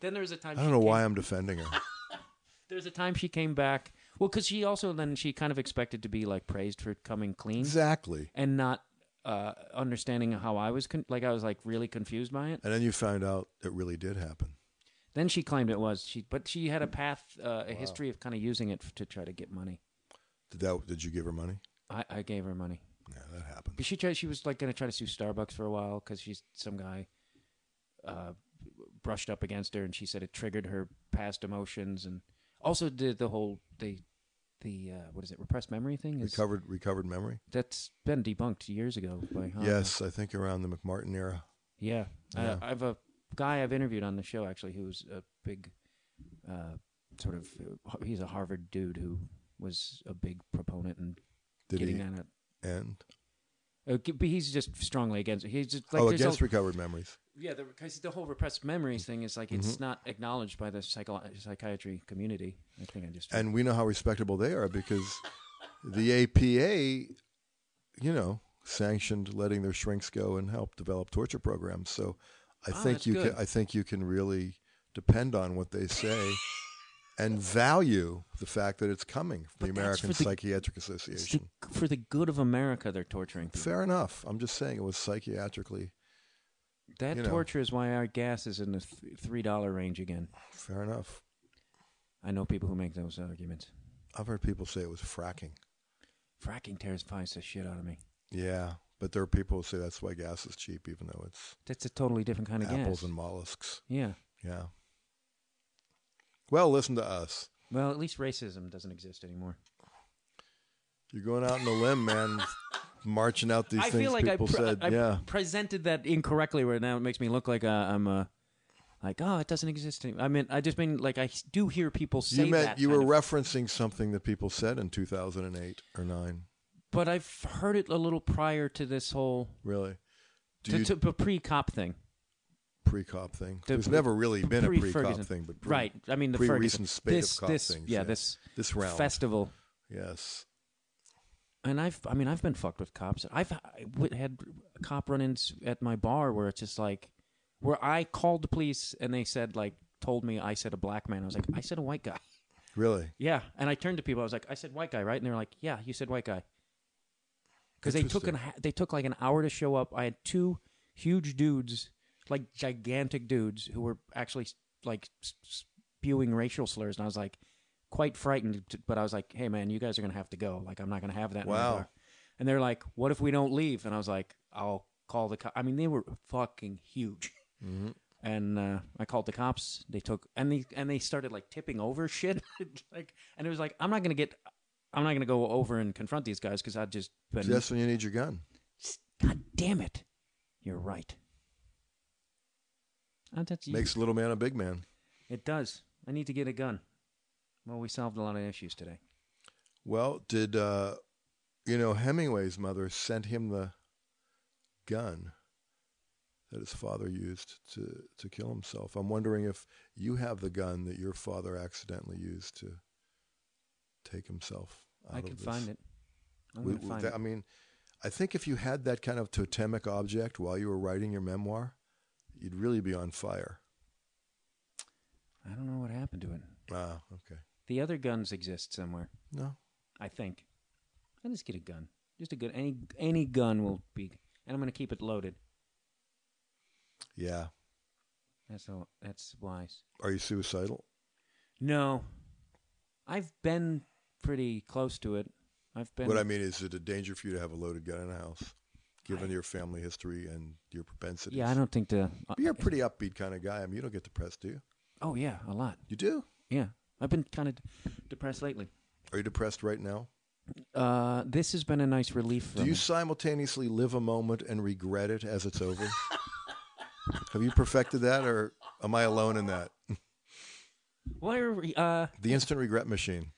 Speaker 3: Then there was a time
Speaker 5: I don't
Speaker 3: she
Speaker 5: know
Speaker 3: came-
Speaker 5: why I'm defending her. *laughs*
Speaker 3: There's a time she came back. Well, because she also then she kind of expected to be like praised for coming clean
Speaker 5: Exactly.
Speaker 3: and not uh, understanding how I was con- like I was like really confused by it.
Speaker 5: And then you found out it really did happen.
Speaker 3: Then she claimed it was she, but she had a path, uh, a history of kind of using it f- to try to get money.
Speaker 5: Did that? Did you give her money?
Speaker 3: I, I gave her money.
Speaker 5: Yeah, that happened.
Speaker 3: But she tried. She was like going to try to sue Starbucks for a while because she's some guy uh, brushed up against her, and she said it triggered her past emotions, and also did the whole the the uh, what is it repressed memory thing is
Speaker 5: Recovered, recovered memory.
Speaker 3: that's been debunked years ago by Honda.
Speaker 5: Yes, I think around the McMartin era.
Speaker 3: yeah. Uh, I, I have a guy I've interviewed on the show actually who's a big uh, sort of he's a Harvard dude who was a big proponent and
Speaker 5: Did
Speaker 3: getting
Speaker 5: he
Speaker 3: on it.
Speaker 5: end?
Speaker 3: Uh, g- but he's just strongly against. it. He's just like
Speaker 5: oh,
Speaker 3: there's a-
Speaker 5: against recovered memories.
Speaker 3: yeah, because the whole repressed memories thing is like
Speaker 5: Mm-hmm.
Speaker 3: it's not acknowledged by the psycho- psychiatry community. I think I just
Speaker 5: And we know how respectable they are because the APA, you know, sanctioned letting their shrinks go and help develop torture programs. So I think
Speaker 3: Ah, that's
Speaker 5: you
Speaker 3: good.
Speaker 5: can I think you can really depend on what they say and value the fact that it's coming from
Speaker 3: But
Speaker 5: the
Speaker 3: that's
Speaker 5: American
Speaker 3: for the-
Speaker 5: Psychiatric
Speaker 3: It's the-
Speaker 5: Association.
Speaker 3: for the good of America, they're torturing. people.
Speaker 5: Fair enough. I'm just saying it was psychiatrically
Speaker 3: That
Speaker 5: you know.
Speaker 3: torture is why our gas is in the th- three dollar range again.
Speaker 5: fair enough.
Speaker 3: I know people who make those arguments.
Speaker 5: I've heard people say it was fracking.
Speaker 3: Fracking terrifies the shit out of me.
Speaker 5: Yeah, but there are people who say that's why gas is cheap, even though it's
Speaker 3: That's a totally different kind of
Speaker 5: apples
Speaker 3: gas.
Speaker 5: and mollusks.
Speaker 3: yeah.
Speaker 5: Yeah. Well, listen to us.
Speaker 3: Well, at least racism doesn't exist anymore.
Speaker 5: You're going out on a
Speaker 3: *laughs*
Speaker 5: limb, man. marching out these
Speaker 3: I
Speaker 5: things
Speaker 3: feel like I,
Speaker 5: people
Speaker 3: pre-
Speaker 5: said.
Speaker 3: I
Speaker 5: yeah.
Speaker 3: presented that incorrectly. Right now, it makes me look like uh, I'm uh, like, oh, it doesn't exist. Anymore. I mean, I just mean like I s- do hear people say
Speaker 5: You meant
Speaker 3: that
Speaker 5: you
Speaker 3: kind
Speaker 5: were
Speaker 3: of-
Speaker 5: referencing something that people said in 2008 or nine.
Speaker 3: but I've heard it a little prior to this whole
Speaker 5: Really, do
Speaker 3: to,
Speaker 5: you
Speaker 3: to, pre cop thing.
Speaker 5: pre-cop thing?
Speaker 3: The
Speaker 5: There's
Speaker 3: pre-
Speaker 5: never really been a
Speaker 3: pre-
Speaker 5: pre-cop
Speaker 3: Ferguson.
Speaker 5: thing, but pre-
Speaker 3: Right. I mean, the
Speaker 5: pre-
Speaker 3: Ferguson.
Speaker 5: recent spate
Speaker 3: this,
Speaker 5: of cop
Speaker 3: this,
Speaker 5: things.
Speaker 3: Yeah, this
Speaker 5: this round.
Speaker 3: festival.
Speaker 5: yes,
Speaker 3: And I've, I mean, I've been fucked with cops. I've I w- had cop run-ins at my bar where it's just like, where I called the police and they said like, told me I said a black man. I was like, I said a white
Speaker 5: *laughs*
Speaker 3: guy.
Speaker 5: really.
Speaker 3: Yeah. And I turned to people. I was like, I said white guy, right? And they were like, Yeah, you said white guy. Because they took an
Speaker 5: Interesting.
Speaker 3: ha- they took like an hour to show up. I had two huge dudes, like gigantic dudes, who were actually like s- spewing racial slurs, and I was like quite frightened. t- But I was like, Hey, man, you guys are gonna have to go. Like, I'm not gonna have that. in my
Speaker 5: Wow.
Speaker 3: bar." And they're like, What if we don't leave? And I was like, I'll call the. Co-. I mean, they were fucking huge
Speaker 5: Mm-hmm.
Speaker 3: and uh, I called the cops. They took and they and they started like tipping over shit, *laughs* like and it was like I'm not gonna get, I'm not gonna go over and confront these guys because I'd just been.
Speaker 5: That's when you need your gun.
Speaker 3: God damn it, you're right. Uh, that's-
Speaker 5: Makes a little man a big man.
Speaker 3: it does. I need to get a gun. Well, we solved a lot of issues today.
Speaker 5: Well, did uh, you know Hemingway's mother sent him the gun that his father used to to kill himself? I'm wondering if you have the gun that your father accidentally used to take himself. Out
Speaker 3: I
Speaker 5: of
Speaker 3: can
Speaker 5: this.
Speaker 3: find it. I'm
Speaker 5: We-
Speaker 3: gonna
Speaker 5: we-
Speaker 3: find
Speaker 5: that-
Speaker 3: it.
Speaker 5: I mean, I think if you had that kind of totemic object while you were writing your memoir, you'd really be on fire.
Speaker 3: I don't know what happened to it.
Speaker 5: Ah, okay.
Speaker 3: The other guns exist somewhere.
Speaker 5: No,
Speaker 3: I think. I just get a gun. Just a gun. Any any gun will be. And I'm gonna keep it loaded.
Speaker 5: yeah.
Speaker 3: That's all. That's wise.
Speaker 5: Are you suicidal?
Speaker 3: No, I've been pretty close to it. I've been.
Speaker 5: What I mean is, it a danger for you to have a loaded gun in a house, given your family history and your propensities?
Speaker 3: yeah, I don't think the. uh,
Speaker 5: But You're a pretty upbeat kind of guy. I mean, you don't get depressed, do you?
Speaker 3: oh yeah, a lot.
Speaker 5: You do.
Speaker 3: Yeah, I've been kind of depressed lately.
Speaker 5: Are you depressed right now?
Speaker 3: Uh, this has been a nice relief.
Speaker 5: Do
Speaker 3: from
Speaker 5: you
Speaker 3: it.
Speaker 5: simultaneously live a moment and regret it as
Speaker 3: *laughs*
Speaker 5: it's over? have you perfected that, or am I alone in that?
Speaker 3: Why are we- uh,
Speaker 5: The instant regret machine.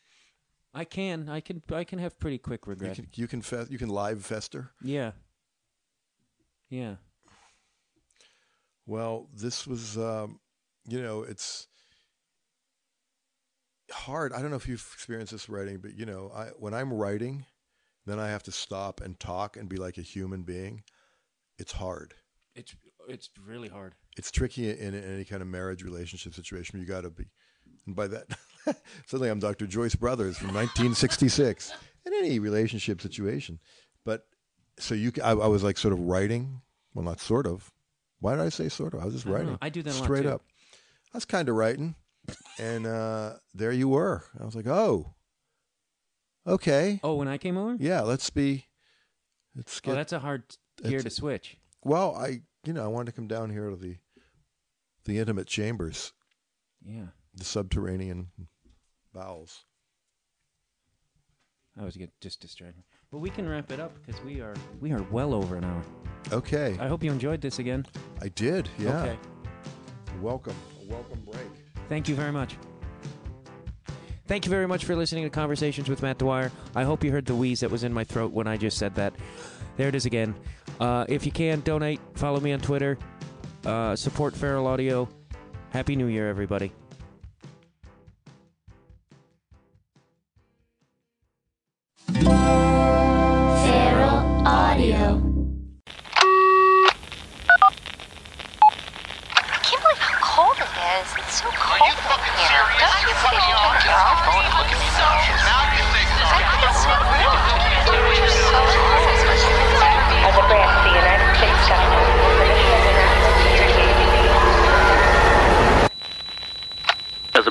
Speaker 3: I can, I can, I can have pretty quick
Speaker 5: You
Speaker 3: regret.
Speaker 5: can you can, fe- you can live fester.
Speaker 3: Yeah. Yeah.
Speaker 5: Well, this was, um, you know, it's hard. I don't know if you've experienced this writing, but you know, I when I'm writing, then I have to stop and talk and be like a human being. It's hard.
Speaker 3: It's it's really hard.
Speaker 5: It's tricky in, in any kind of marriage relationship situation. You got to be, and by that, *laughs* suddenly I'm Dr. Joyce Brothers from 1966 in any relationship situation. But so you, ca- I, I was like sort of writing. Well, not sort of. Why did I say sort of? I was just
Speaker 3: I don't know.
Speaker 5: writing.
Speaker 3: I do that a lot,
Speaker 5: straight
Speaker 3: too.
Speaker 5: up. I was kind of writing, and uh, there you were. I was like, oh, okay,
Speaker 3: Oh, when I came over.
Speaker 5: yeah. Let's be. Let's
Speaker 3: Oh,
Speaker 5: get
Speaker 3: that's a hard gear
Speaker 5: It's-
Speaker 3: to switch.
Speaker 5: well, I you know I wanted to come down here to the the intimate chambers,
Speaker 3: Yeah.
Speaker 5: the subterranean bowels.
Speaker 3: I was get just distracted. But we can wrap it up because we are we are well over an hour.
Speaker 5: Okay,
Speaker 3: I hope you enjoyed this again.
Speaker 5: I did. Yeah,
Speaker 3: Okay.
Speaker 5: welcome, a welcome break.
Speaker 3: Thank you very much. Thank you very much for listening to Conversations with Matt Dwyer. I hope you heard the wheeze that was in my throat when I just said that. There it is again. Uh, if you can, donate. Follow me on Twitter. Uh, support Feral Audio. Happy New Year, everybody.
Speaker 7: Feral Audio.
Speaker 8: I can't believe how cold it is. It's so cold up in here. Don't you think it's cold, girl? I think it's so cold. It's so cold.
Speaker 9: As a